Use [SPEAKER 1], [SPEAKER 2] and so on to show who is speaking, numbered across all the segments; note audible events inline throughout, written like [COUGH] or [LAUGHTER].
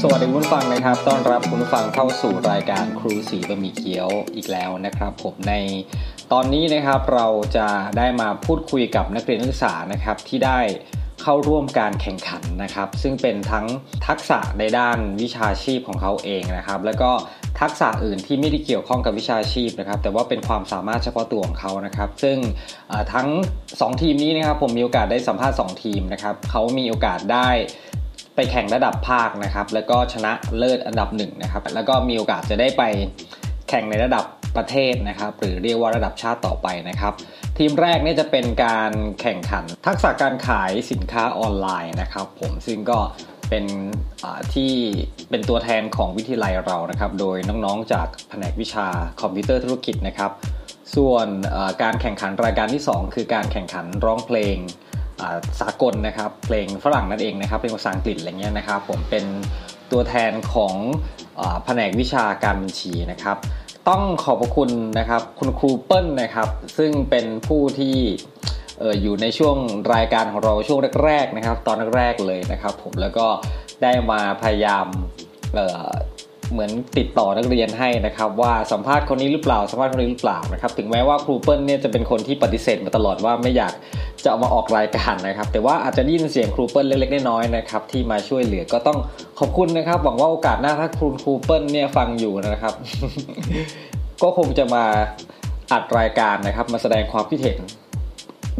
[SPEAKER 1] สวัสดีคุณผู้ฟังนะครับ ต้อนรับคุณผู้ฟังเข้าสู่รายการครูสีบะหมี่เกี๊ยวอีกแล้วนะครับ ผมในตอนนี้นะครับเราจะได้มาพูดคุยกับนักเรียนนักศึกษานะครับที่ได้เข้าร่วมการแข่งขันนะครับ ซึ่งเป็นทั้งทักษะในด้านวิชาชีพของเขาเองนะครับ แล้วก็ทักษะอื่นที่ไม่ได้เกี่ยวข้องกับวิชาชีพนะครับ แต่ว่าเป็นความสามารถเฉพาะตัวของเขานะครับ ซึ่ง เอ่อทั้ง 2 ทีมนี้นะครับผมมีโอกาสได้สัมภาษณ์ 2 ทีมนะครับเขามีโอกาสได้ไปแข่งระดับภาคนะครับแล้วก็ชนะเลิศอันดับหนึ่งนะครับแล้วก็มีโอกาสจะได้ไปแข่งในระดับประเทศนะครับหรือเรียกว่าระดับชาติต่อไปนะครับ ทีมแรกเนี่ยจะเป็นการแข่งขันทักษะการขายสินค้าออนไลน์นะครับผมซึ่งก็เป็นอ่าที่เป็นตัวแทนของวิทยาลัยเรานะครับโดยน้องๆจากแผนกวิชาคอมพิวเตอร์ธุรกิจนะครับ ส่วนเอ่อการแข่งขันรายการที่ 2 คือการแข่งขันร้องเพลงอ่าสากลนะครับ เพลงฝรั่งนั่นเองนะครับ เป็นภาษาอังกฤษอะไรเงี้ยนะครับ ผมเป็นตัวแทนของอาแผนกวิชาการบัญชีนะครับ ต้องขอบพระคุณนะครับ คุณครูเปิ้ลนะครับ ซึ่งเป็นผู้ที่เอ่ออยู่ในช่วงรายการของเราช่วงแรกๆนะครับ ตอนแรกๆเลยนะครับ ผมแล้วก็ได้มาพยายามเอ่อ เหมือนติดต่อนักเรียนให้นะครับ ว่าสัมภาษณ์คนนี้หรือเปล่าสัมภาษณ์คนนี้หรือเปล่านะครับ ถึงแม้ว่าครูเปิ้ลเนี่ยจะเป็นคนที่ปฏิเสธมาตลอดว่าไม่อยากจะเอามาออกรายการนะครับ แต่ว่าอาจจะได้ยินเสียงครูเปิ้ลเล็กๆน้อยๆนะครับที่มาช่วยเหลือก็ต้องขอบคุณนะครับ หวังว่าโอกาสหน้าถ้าครูครูเปิ้ลเนี่ยฟังอยู่นะครับ [LAUGHS] ก็คงจะมาอัดรายการนะครับ มาแสดงความคิดเห็น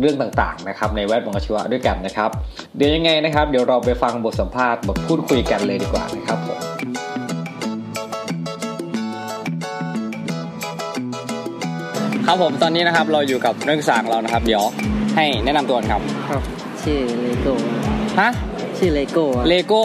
[SPEAKER 1] เรื่องต่างๆนะครับในแวดวงอาชีวะด้วยกันนะครับ เดี๋ยวยังไงนะครับ เดี๋ยวเราไปฟังบทสัมภาษณ์บทพูดคุยกันเลยดีกว่านะครับผม ครับผมตอนนี้นะครับเราอยู่กับนักศึกษาของเรานะครับ เดี๋ยวให้แนะนำตัวก่อนครับ
[SPEAKER 2] ครับชื่อเลโก้
[SPEAKER 1] ฮะ
[SPEAKER 2] ชื่อเลโก้
[SPEAKER 1] เลโก้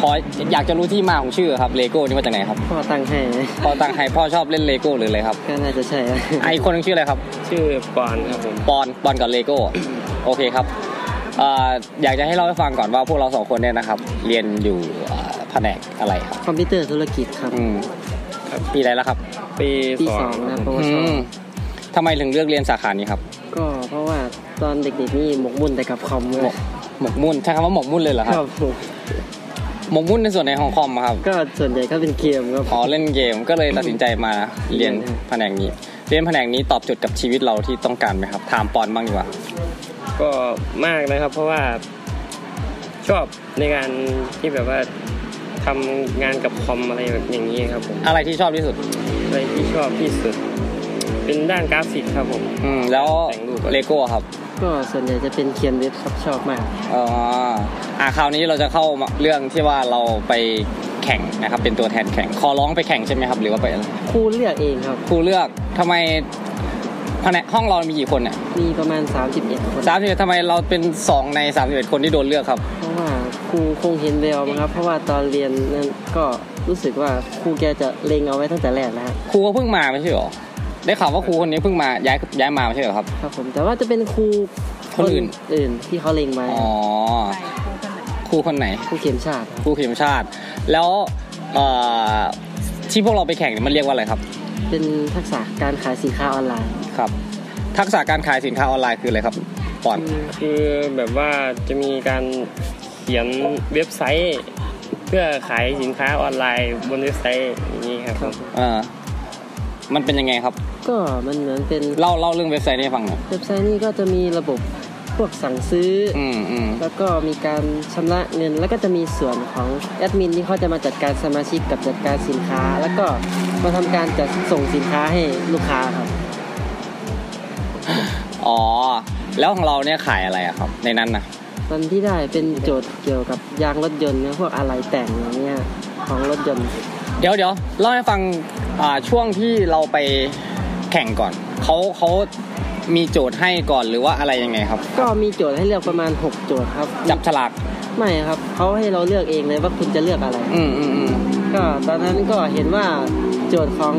[SPEAKER 1] ขออยากจะรู้ที่มาของชื่อครับเลโก้นี่มาจากไหนครับ
[SPEAKER 2] พ่อตั้งให้
[SPEAKER 1] พ่อตังไฮพ่อชอบเล่นเลโก้หรืออะไรครับ
[SPEAKER 2] ก็น่าจะใช่นะ
[SPEAKER 1] ไอะอีกคนนึงชื่ออะไรครับ
[SPEAKER 3] [LAUGHS] ชื่อปอนครับผม
[SPEAKER 1] ปอนปอนกับเลโก้โอเคครับเอ่ออยากจะให้เล่าให้ฟังก่อนว่าพวกเราสองคนเนี่ยนะครับ เรียนอยู่เอ่อแผนกอะไรครับ
[SPEAKER 2] คอมพิวเตอร์ธุรกิจครับ
[SPEAKER 1] อืมปีอะไรแล้วครับ
[SPEAKER 3] ปี
[SPEAKER 2] ปี
[SPEAKER 3] สอ
[SPEAKER 2] ส
[SPEAKER 3] ง
[SPEAKER 2] องนะปว
[SPEAKER 1] อื
[SPEAKER 2] ช
[SPEAKER 1] มทำไมถึงเลือกเรียนสาขานี้ครับ
[SPEAKER 2] ก็เพราะว่าตอนเด็กๆนี่หมกมุ่นแต่กับคอมเล
[SPEAKER 1] หม
[SPEAKER 2] ย
[SPEAKER 1] กหมกมุ่นใช้คำว่าหมกมุ่นเลยเหรอค
[SPEAKER 2] ครับ รับผม
[SPEAKER 1] หมกมุ่นในส่วนไหนของคอมอะครับ
[SPEAKER 2] ก็ส่วนใหญ่ก็เป็นเกมครับ
[SPEAKER 1] พอเล่นเกมก็เลยตัดสินใจมาเรียนแผนกนี้ เรียนแผนกนี้ตอบโจทย์กับชีวิตเราที่ต้องการไหมครับ ถามปอนบ้างดีกว่า
[SPEAKER 3] ก็มากนะครับ เพราะว่าชอบในการที่แบบว่าทำงานกับคอมอะไรแบบอย่างนี้ครับผม
[SPEAKER 1] อะไรที่ชอบที่สุด
[SPEAKER 3] อะไรที่ชอบที่สุด เป็นด้านกราฟิกครับผม
[SPEAKER 1] อืม แล้ว
[SPEAKER 3] แต่งรูปอะ
[SPEAKER 1] เลโก้ครับ
[SPEAKER 2] ก็ส่วนใหญ่จะเป็นเขียนเว็บครับชอบมาก
[SPEAKER 1] เอ่ออ่าคราวนี้เราจะเข้ามาเรื่องที่ว่าเราไปแข่งนะครับ เป็นตัวแทนแข่งคอร้องไปแข่งใช่ไหมครับ หรือว่าไปอะไร
[SPEAKER 2] ครูเลือกเองครับ
[SPEAKER 1] ครูเลือกทำไมแผนกห้องเรามีกี่คนเนี่ย
[SPEAKER 2] มีประมาณ 31 คน
[SPEAKER 1] สามสิบทำไมเราเป็นสองในสามสิบเอ็ดคนที่โดนเลือกครับ
[SPEAKER 2] เพราะว่าครูคงเห็นแววมั้งครับ เพราะว่าตอนเรียนนั้นก็รู้สึกว่าครูแกจะเล็งเอาไว้ตั้งแต่แรกแล้วครับ
[SPEAKER 1] ครูก็เพิ่งมาไม่ใช่หรอ ได้ข่าวว่าครูคนนี้เพิ่งมาย้ายย้ายมาไม่ใช่หรอครับ
[SPEAKER 2] ครับผมแต่ว่าจะเป็นครู
[SPEAKER 1] คนอื่น
[SPEAKER 2] อื่นที่เขาเล็งไว้
[SPEAKER 1] อ๋อ ครูคนไหน
[SPEAKER 2] ครูเขียนชาติครับ
[SPEAKER 1] ผู้ทีมชาติ แล้วเอ่อที่พวกเราไปแข่งเนี่ยมันเรียกว่าอะไรครับ
[SPEAKER 2] เป็นทักษะการขายสินค้าออนไลน์
[SPEAKER 1] ครับ ทักษะการขายสินค้าออนไลน์คืออะไรครับปอน
[SPEAKER 3] คือแบบว่าจะมีการเขียนเว็บไซต์ เพื่อขายสินค้าออนไลน์บนเว็บไซต์อย่างนี้ครับผม
[SPEAKER 1] เออมันเป็นยังไงครับ
[SPEAKER 2] ก็มันเหมือนเป็น
[SPEAKER 1] เล่าเล่าเรื่องเว็บไซต์นี้ให้ฟังหน่อย
[SPEAKER 2] เว็บไซต์นี่ก็จะมีระบบพวกสั่งซื้ออ
[SPEAKER 1] อืมอืม
[SPEAKER 2] แล้วก็มีการชำระเงิน แล้วก็จะมีส่วนของแอดมินที่เขาจะมาจัดการสมาชิกกับจัดการสินค้า แล้วก็มาทำการจัดส่งสินค้าให้ลูกค้าครับ
[SPEAKER 1] อ๋อ แล้วของเราเนี่ยขายอะไรอะครับ ในนั้นนะ
[SPEAKER 2] ตอนที่ได้เป็นโจทย์เกี่ยวกับยางรถยนต์นะพวกอะไรแต่งอย่างเงี้ยของรถยนต์
[SPEAKER 1] เดี๋ยวเดี๋ยวเล่าให้ฟังอ่าช่วงที่เราไปแข่งก่อน เขาเขามีโจทย์ให้ก่อนหรือว่าอะไรยังไงครับ
[SPEAKER 2] ก็มีโจทย์ให้เลือกประมาณ 6 โจทย์ครับ
[SPEAKER 1] จับฉลาก
[SPEAKER 2] ไม่ครับเขาให้เราเลือกเองเลยว่าคุณจะเลือกอะไร
[SPEAKER 1] อืมอืมอืม
[SPEAKER 2] ก็ตอนนั้นก็เห็นว่าโจทย์ของ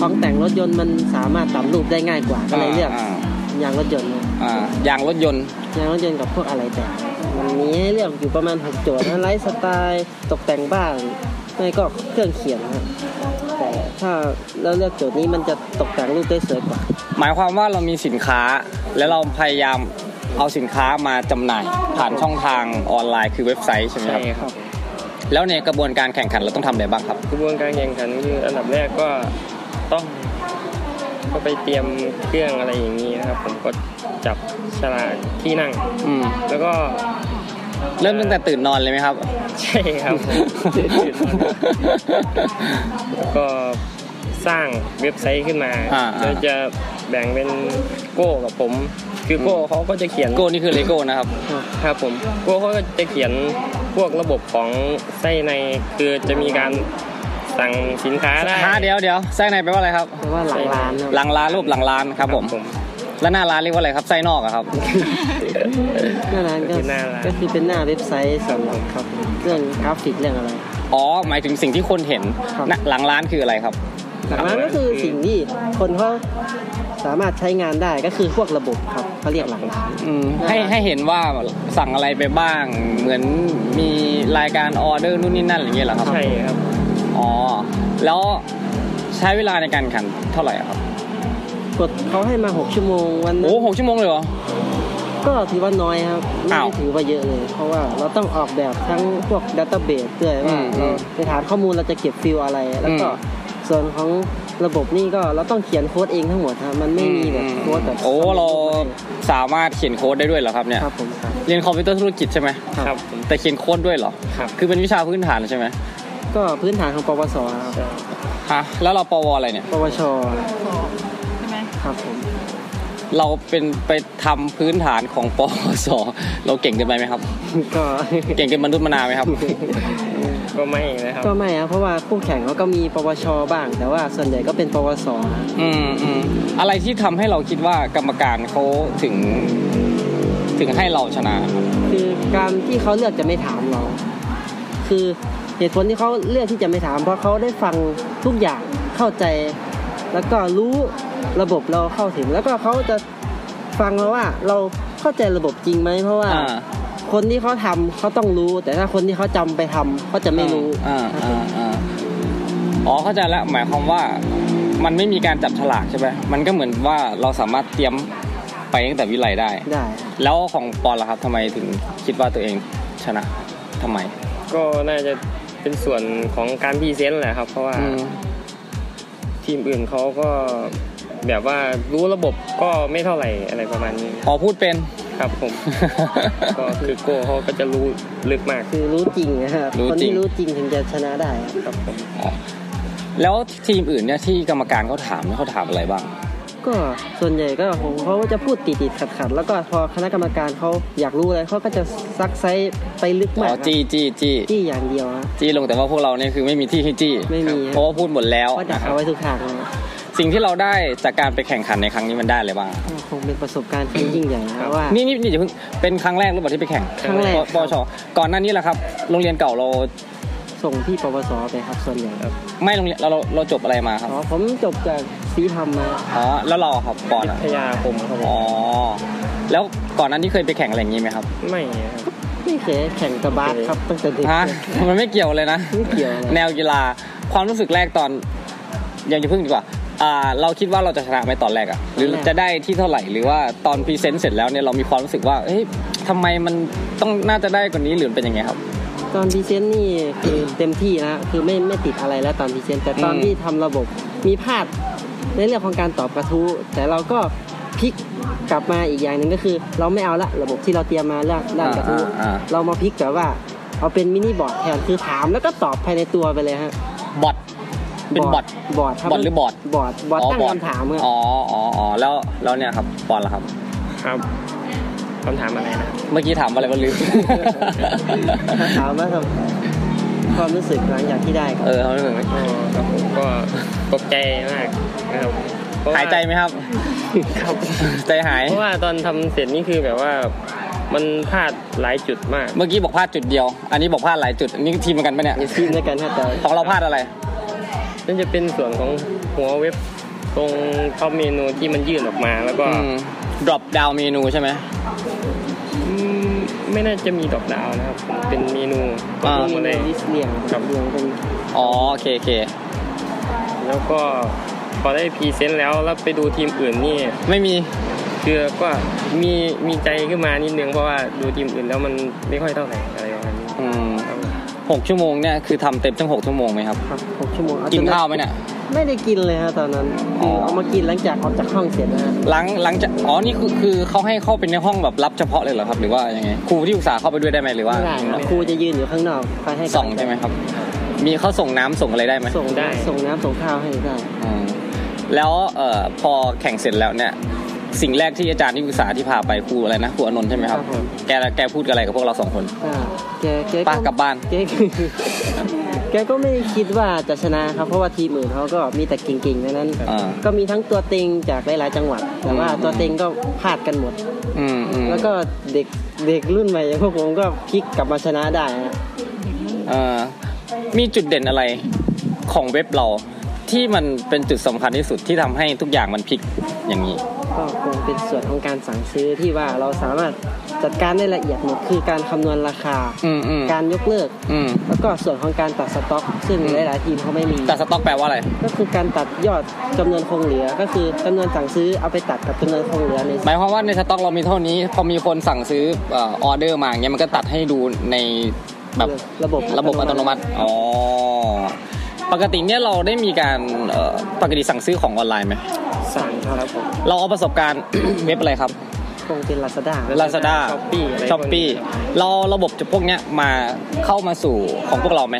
[SPEAKER 2] ของแต่งรถยนต์มันสามารถทำรูปได้ง่ายกว่าก็เลยเลือก
[SPEAKER 1] า
[SPEAKER 2] อยางรถยนต์นะ
[SPEAKER 1] อ่าอย่างรถยนต์
[SPEAKER 2] ยางรถยนต์กับพวกอะไรแต่งมันมีให้เลือกอยู่ประมาณ 6 โจทย์นะไลฟ์สไตล์ตกแต่งบ้านไม่ก็เครื่องเขียนครับแต่ถ้าเราเลือกโจทย์นี้มันจะตกแต่งรูปได้สวยกว่า
[SPEAKER 1] หมายความว่าเรามีสินค้าแล้วเราพยายาม
[SPEAKER 4] เอาสินค้ามาจำหน่าย ผ่านช่องทางออนไลน์คือเว็บไซต์ใช่ไหม
[SPEAKER 3] ใช่
[SPEAKER 4] ครับ
[SPEAKER 3] ครับ
[SPEAKER 4] แล้วในกระบวนการแข่งขันเราต้องทำอะไรบ้างครับ
[SPEAKER 3] กระบวนการแข่งขันคืออันดับแรกก็ต้องก็ไปเตรียมเครื่องอะไรอย่างนี้นะครับ ผมก็จับฉลากที่นั่ง
[SPEAKER 4] อืม
[SPEAKER 3] แล้วก็ [LAUGHS]
[SPEAKER 4] เริ่มตั้งแต่ตื่นนอนเลยไหมครับ
[SPEAKER 3] ใช่ครับ
[SPEAKER 4] [LAUGHS]
[SPEAKER 3] ผมแล้วก็สร้างเว็บไซต์ขึ้นมา
[SPEAKER 4] อ่าอ่า
[SPEAKER 3] แล้วจะแบ่งเป็นโก้กับผม คือโก้เขาก็จะเขียน
[SPEAKER 4] [LAUGHS] โก้นี่คือเลโก้นะครับ
[SPEAKER 3] ครับผมโก้เขาก็จะเขียนพวกระบบของไส้ในคือจะมีการสั่งสินค้าได้
[SPEAKER 4] ฮะเดี๋ยวเดี๋ยวไส้ในแปลว่าอะไรครับ
[SPEAKER 2] เพราะว่าหลังร้านครับ
[SPEAKER 4] หลังร้านรูปหลังร้านครับผม
[SPEAKER 3] ผม
[SPEAKER 4] แล้วหน้าร้านเรียกว่าอะไรครับไส้นอกอะ [LAUGHS] ครับ
[SPEAKER 2] หน้าร้านก็
[SPEAKER 3] หน้าร้าน
[SPEAKER 2] ก็คือเป็นหน้าเว็บไซต์สำหรับครับเรื่องกราฟิกเรื่องอะไร
[SPEAKER 4] อ๋อ หมายถึงสิ่งที่คนเห็น
[SPEAKER 2] ครับ
[SPEAKER 4] นะหลังร้านคืออะไรครับ
[SPEAKER 2] หลังร้านก็คือสิ่งที่คนเขาสามารถใช้งานได้ก็คือพวกระบบครับเขาเรียกหลังร้าน
[SPEAKER 4] อืมให้
[SPEAKER 2] หน้าร้าน
[SPEAKER 4] ให้เห็นว่าสั่งอะไรไปบ้าง เหมือนมีรายการออเดอร์นู่นนี่นั่นอะไรอย่างเงี้ยเหรอครับ
[SPEAKER 3] ใช่ครับ
[SPEAKER 4] อ๋อ แล้วใช้เวลาในการแข่งขันเท่าไหร่อะครับ
[SPEAKER 2] กดเขาให้มา 6 ชั่วโมงวันนั้
[SPEAKER 4] โอ้
[SPEAKER 2] น
[SPEAKER 4] หกชั่วโมงเลยเหรอ
[SPEAKER 2] ก็ถือว่าน้อยครับไม่
[SPEAKER 4] อ้าว
[SPEAKER 2] ได้ถือว่าเยอะเลย เพราะว่าเราต้องออกแบบทั้งพวกดัตเตอร์เบสด้วย
[SPEAKER 4] อื
[SPEAKER 2] ว่าม เราในฐานข้อมูลเราจะเก็บฟิลอะไร แล้วก็
[SPEAKER 4] อืม
[SPEAKER 2] ส่วนของระบบนี่ก็เราต้องเขียนโค้ดเองทั้งหมดครับมันไม่มีแบบโค้ดแบบ
[SPEAKER 4] โอ้เราสามารถเขียนโค้ดได้ด้วยเหรอครับเนี่ย
[SPEAKER 2] ครับผมครับ
[SPEAKER 4] เรียนคอมพิวเตอร์ธุรกิจใช่ไหม
[SPEAKER 3] ครับ
[SPEAKER 4] แต่เขียนโค้ดด้วยเหรอ
[SPEAKER 3] ครับ
[SPEAKER 4] คือเป็นวิชาพื้นฐานใช่ไหม
[SPEAKER 2] ก็พื้นฐานของปวสครับ
[SPEAKER 4] ฮะ แล้วเราปวอะไรเนี่ย
[SPEAKER 2] ปวชใช่ไหมครับผม [LAUGHS]
[SPEAKER 4] เราเป็นไปทำพื้นฐานของ [LAUGHS] ปวส เราเก่งเกินไปไหมครับ
[SPEAKER 2] ก็
[SPEAKER 4] เก่งเกินมนุษย์มนาไหมครับ
[SPEAKER 3] ก็ไม่นะครับ
[SPEAKER 2] ก็ไม่ครับเพราะว่าคู่แข่งเขาก็มีปวชบ้าง แต่ว่าส่วนใหญ่ก็เป็นปวส
[SPEAKER 4] อืมอืมอะไรที่ทำให้เราคิดว่ากรรมการเขาถึง ถึงให้เราชนะ
[SPEAKER 2] คือการที่เขาเลือกจะไม่ถามเรา คือเหตุผลที่เขาเลือกที่จะไม่ถาม เพราะเขาได้ฟังทุกอย่างเข้าใจ แล้วก็รู้ระบบเราเข้าถึง แล้วก็เขาจะฟังเราว่าเราเข้าใจระบบจริงไหมเพราะว่า
[SPEAKER 4] อ่า
[SPEAKER 2] คนที่เขาทำเขาต้องรู้ แต่ถ้าคนที่เขาจำไปทำเขาจะไม่รู้
[SPEAKER 4] อ่าอ่าอ่าอ๋อเข้าใจแล้วหมายความว่ามันไม่มีการจับฉลากใช่ไหมมันก็เหมือนว่าเราสามารถเตรียมไปตั้งแต่วิไลได้
[SPEAKER 2] ได้
[SPEAKER 4] แล้วของปอนล่ะครับทำไมถึงคิดว่าตัวเองชนะทำไม
[SPEAKER 3] ก็น่าจะเป็นส่วนของการพรีเซนต์แหละครับ เพราะว่า
[SPEAKER 4] อืม
[SPEAKER 3] ทีมอื่นเขาก็แบบว่ารู้ระบบก็ไม่เท่าไหร่อะไรประมาณนี้
[SPEAKER 4] อ๋อพูดเป็น
[SPEAKER 3] ครับผม [LAUGHS] ก็คือโก้เขาก็จะรู้ลึกมาก
[SPEAKER 2] คือรู้จริงนะครับ
[SPEAKER 4] รู้
[SPEAKER 2] คน
[SPEAKER 4] จริง
[SPEAKER 2] ที่รู้จริงถึงจะชนะได้
[SPEAKER 3] ครับผม
[SPEAKER 4] แล้วทีมอื่นเนี่ยที่กรรมการเขาถามเนี่ยเขาถามอะไรบ้าง
[SPEAKER 2] ก็ส่วนใหญ่ก็ผมเขาก็จะพูดติดติดขัดขัดๆแล้วก็พอคณะกรรมการเขาอยากรู้อะไรเขาก็จะซักไซส์ไปลึก
[SPEAKER 4] อ๋
[SPEAKER 2] มา
[SPEAKER 4] อกจี้จี้จี้
[SPEAKER 2] จี้อย่างเดียวนะ
[SPEAKER 4] จี้ลงแต่ว่าพวกเราเนี่ยคือไม่มีที่ให้จี้
[SPEAKER 2] ไม่มี
[SPEAKER 4] เพราะว่าพูดหมดแล้ว
[SPEAKER 2] ก็ดัก
[SPEAKER 4] นะครับ
[SPEAKER 2] เอาไว้ทุกทางเลย
[SPEAKER 4] สิ่งที่เราได้จากการไปแข่งขันในครั้งนี้มันได้อะไรบ้าง
[SPEAKER 2] คงเป็นประสบการณ์ที่ยิ่งใหญ่นะว่า
[SPEAKER 4] นี่นี่นี่อย่าเพิ่งเป็นครั้งแรกหรือเปล่าที่ไปแข่ง
[SPEAKER 2] ครั้งแรก
[SPEAKER 4] ปปชก่อนหน้านี้แหละครับ โรงเรียนเก่าเรา
[SPEAKER 2] ส่งที่ปวสไปครับส่วนใหญ่
[SPEAKER 3] ครับ
[SPEAKER 4] ไม่โรงเรียนเราเราเราจบอะไรมาครับ
[SPEAKER 2] อ๋อผมจบจากศรีธรรมมา
[SPEAKER 4] อ๋อแล้วเราครับก่อน
[SPEAKER 3] พิ
[SPEAKER 4] อะ
[SPEAKER 3] ทยาคมครับผม
[SPEAKER 4] อ๋อแล้วก่อนหนั้นที่เคยไปแข่งอะไรอย่างนี้ไหมครับ
[SPEAKER 3] ไม่ครับ
[SPEAKER 2] ไม่เคยแข่งกระบาสครับตั้งแต่เด็ก
[SPEAKER 4] ฮะมันไม่เกี่ยวเลยนะ
[SPEAKER 2] ไม่เกี่ยวเลย
[SPEAKER 4] แนวกีฬาความรู้สึกแรกตอนยังจะพึ่งดีกว่าอ่า เราคิดว่าเราจะชนะไหมตอนแรกอะหรือจะได้ที่เท่าไหร่หรือว่าตอนพรีเซนต์เสร็จแล้วเนี่ยเรามีความรู้สึกว่าเฮ้ยทำไมมันต้องน่าจะได้กว่านี้หรือเป็นยังไงครับ
[SPEAKER 2] ตอนพรีเซนต์นี่คือเต็มที่นะคือไม่ไม่ติดอะไรแล้วตอนพรีเซนต์แต่ตอน
[SPEAKER 4] อืม
[SPEAKER 2] ที่ทำระบบมีพลาดในเรื่องของการตอบกระทู้แต่เราก็พลิกกลับมาอีกอย่างหนึ่งก็คือ เราไม่เอาละระบบที่เราเตรียมมาเรื่องด้านกระทู้
[SPEAKER 4] อ่า
[SPEAKER 2] เรามาพลิกแบบว่าเอาเป็นมินิบอร์ดแทนคือถามแล้วก็ตอบภายในตัวไปเลยฮะ
[SPEAKER 4] บอทเป็นบอท
[SPEAKER 2] บอร์ดครับ
[SPEAKER 4] บอทหรือบอร์ด
[SPEAKER 2] บอร์ดบอร์ดตั้ง
[SPEAKER 4] บท
[SPEAKER 2] คำถามอะ
[SPEAKER 4] อ๋ออ๋ออ๋อแล้วแล้วเนี่ยครับบอลล่ะครับ
[SPEAKER 3] ครับคำถามอะไรนะ
[SPEAKER 4] เมื่อกี้ถามอะไรก็ลืม
[SPEAKER 2] [LAUGHS] ถามว่าความรู้สึกหลังจากที่ได้ครับ
[SPEAKER 4] เออเขาไม่เหมือน
[SPEAKER 3] อ๋อครับผมก็ตกใจมากนะครับเพระว่
[SPEAKER 4] หายใจไหมครับ
[SPEAKER 3] ครับ
[SPEAKER 4] ใจหาย
[SPEAKER 3] เพราะว่าตอนทำเสร็จนี่คือแบบว่ามันพลาดหลายจุดมาก
[SPEAKER 4] เมื่อกี้บอกพลาดจุดเดียว อันนี้บอกพลาดหลายจุดอันนี้ทีมเหมือนกันปะเนี่ย
[SPEAKER 2] อยู่ทีมด้วยกันครับแต่
[SPEAKER 4] ของเราพลาดอะไร
[SPEAKER 3] นั่นจะเป็นส่วนของหัวเว็บตรงท็อปเมนูที่มันยื่นออกมาแล้วก็
[SPEAKER 4] drop down เมนูใช่ไหม
[SPEAKER 3] อืมไม่น่าจะมีดอกดาวนะครับ เป็นเมนู
[SPEAKER 4] อ่า
[SPEAKER 3] รวมหมดเลย
[SPEAKER 2] ลิสต์เรียง
[SPEAKER 3] ครับ
[SPEAKER 2] เรียงเป็น
[SPEAKER 4] อ๋อโอเคโอเค
[SPEAKER 3] แล้วก็พอได้พรีเซนต์แล้วแล้วไปดูทีมอื่นนี่
[SPEAKER 4] ไม่มี
[SPEAKER 3] คือก็มีมีใจขึ้นมานิดนึงเพราะว่าดูทีมอื่นแล้วมันไม่ค่อยเท่าไหร่อะไรประมาณนี้
[SPEAKER 4] อืมหกชั่วโมงเนี่ยคือทำเต็มทั้งหกชั่วโมงไหมครับ
[SPEAKER 2] ครับหกชั่วโมงเอจ
[SPEAKER 4] กินข้าวไหมเนี่ย
[SPEAKER 2] ไม่ได้กินเลยครับตอนนั้นคือ
[SPEAKER 4] อ
[SPEAKER 2] เอามากินหลังจากออกจากห้องเสร็จนะฮะ
[SPEAKER 4] หลังหลังจากอ๋อนี่คือคือเขาให้เข้าไปในห้องแบบรับเฉพาะเลยเหรอครับ หรือว่ายังไงครูที่ปรึกษาเข้าไปด้วยได้ไหมหรือว่า
[SPEAKER 2] ไม่ได้ครับครูจะยืนอยู่ข้างนอกคอยให้กำลั
[SPEAKER 4] ส่ง
[SPEAKER 2] ใจ
[SPEAKER 4] ใช่ไหมครับ มีเขาส่งน้ำส่งอะไรได้ไหม
[SPEAKER 2] ส่งได้ส่งน้ำส่งข้าวให้ได้
[SPEAKER 4] อืมแล้วเอ่อพอแข่งเสร็จแล้วเนี่ย สิ่งแรกที่อาจารย์ที่ปรึกษาที่พาไปครูอะไรนะครูอานนท์ใช่ไหมครั
[SPEAKER 2] ค
[SPEAKER 4] บ
[SPEAKER 2] รับผม
[SPEAKER 4] แกแกพูดอะไรกับพวกเราสองคน
[SPEAKER 2] อ่าแกแก
[SPEAKER 4] ป้า
[SPEAKER 2] ก็
[SPEAKER 4] กลับบ้าน
[SPEAKER 2] แกก็ [LAUGHS] แกก็ไม่ได้คิดว่าจะชนะครับ เพราะว่าทีมอื่นเขาก็มีแต่เก่งๆดังนั้น
[SPEAKER 4] อ่า
[SPEAKER 2] ก็มีทั้งตัวเต็งจากหลายๆจังหวัด แต่ว่า
[SPEAKER 4] อืม
[SPEAKER 2] ตัวเต็งก็พลาดกันหมด
[SPEAKER 4] อืมอืม
[SPEAKER 2] แล้วก็เด็กเด็กรุ่นใหม่อย่างพวกผมก็พลิกกลับมาชนะได้นะ
[SPEAKER 4] เอ่อมีจุดเด่นอะไรของเว็บเรา ที่มันเป็นจุดสำคัญที่สุดที่ทำให้ทุกอย่างมันพลิกอย่างนี้
[SPEAKER 2] ก็คงเป็นส่วนของการสั่งซื้อที่ว่าเราสามารถจัดการได้ละเอียดหมดคือการคำนวณราคา
[SPEAKER 4] อืมอืม
[SPEAKER 2] การยกเลิก
[SPEAKER 4] อืม
[SPEAKER 2] แล้วก็ส่วนของการตัดสต็อก ซึ่ง
[SPEAKER 4] อืม
[SPEAKER 2] หลาย ๆ ทีมเขาไม่มี
[SPEAKER 4] แต่สต็อกแปลว่าอะไร
[SPEAKER 2] ก็คือการตัดยอดจำนวนคงเหลือ ก็คือจำนวนสั่งซื้อเอาไปตัดกับจำนวนคงเหลือใน
[SPEAKER 4] หมายความว่าในสต็อกเรามีเท่านี้ พอมีคนสั่งซื้อเออเดอร์มาอย่างเงี้ยมันก็ตัดให้ดูในแบบ
[SPEAKER 2] ระบบ
[SPEAKER 4] ระบบอัตโนมัติ อ๋อ ปกติเนี่ยเราได้มีการเอ่อปกติสั่งซื้อของออนไลน์ไหม
[SPEAKER 2] สั่งครับผม
[SPEAKER 4] เราเอาประสบการณ์ [COUGHS] เว็บอะไรครับ
[SPEAKER 2] คงเป็น Lazada ครับ
[SPEAKER 4] Lazada
[SPEAKER 3] Shopee อะไรพวกนี้
[SPEAKER 4] ช้อปปี้เราเอาระบบพวกเนี้ยมาเข้ามาสู่ของพวกเราไหม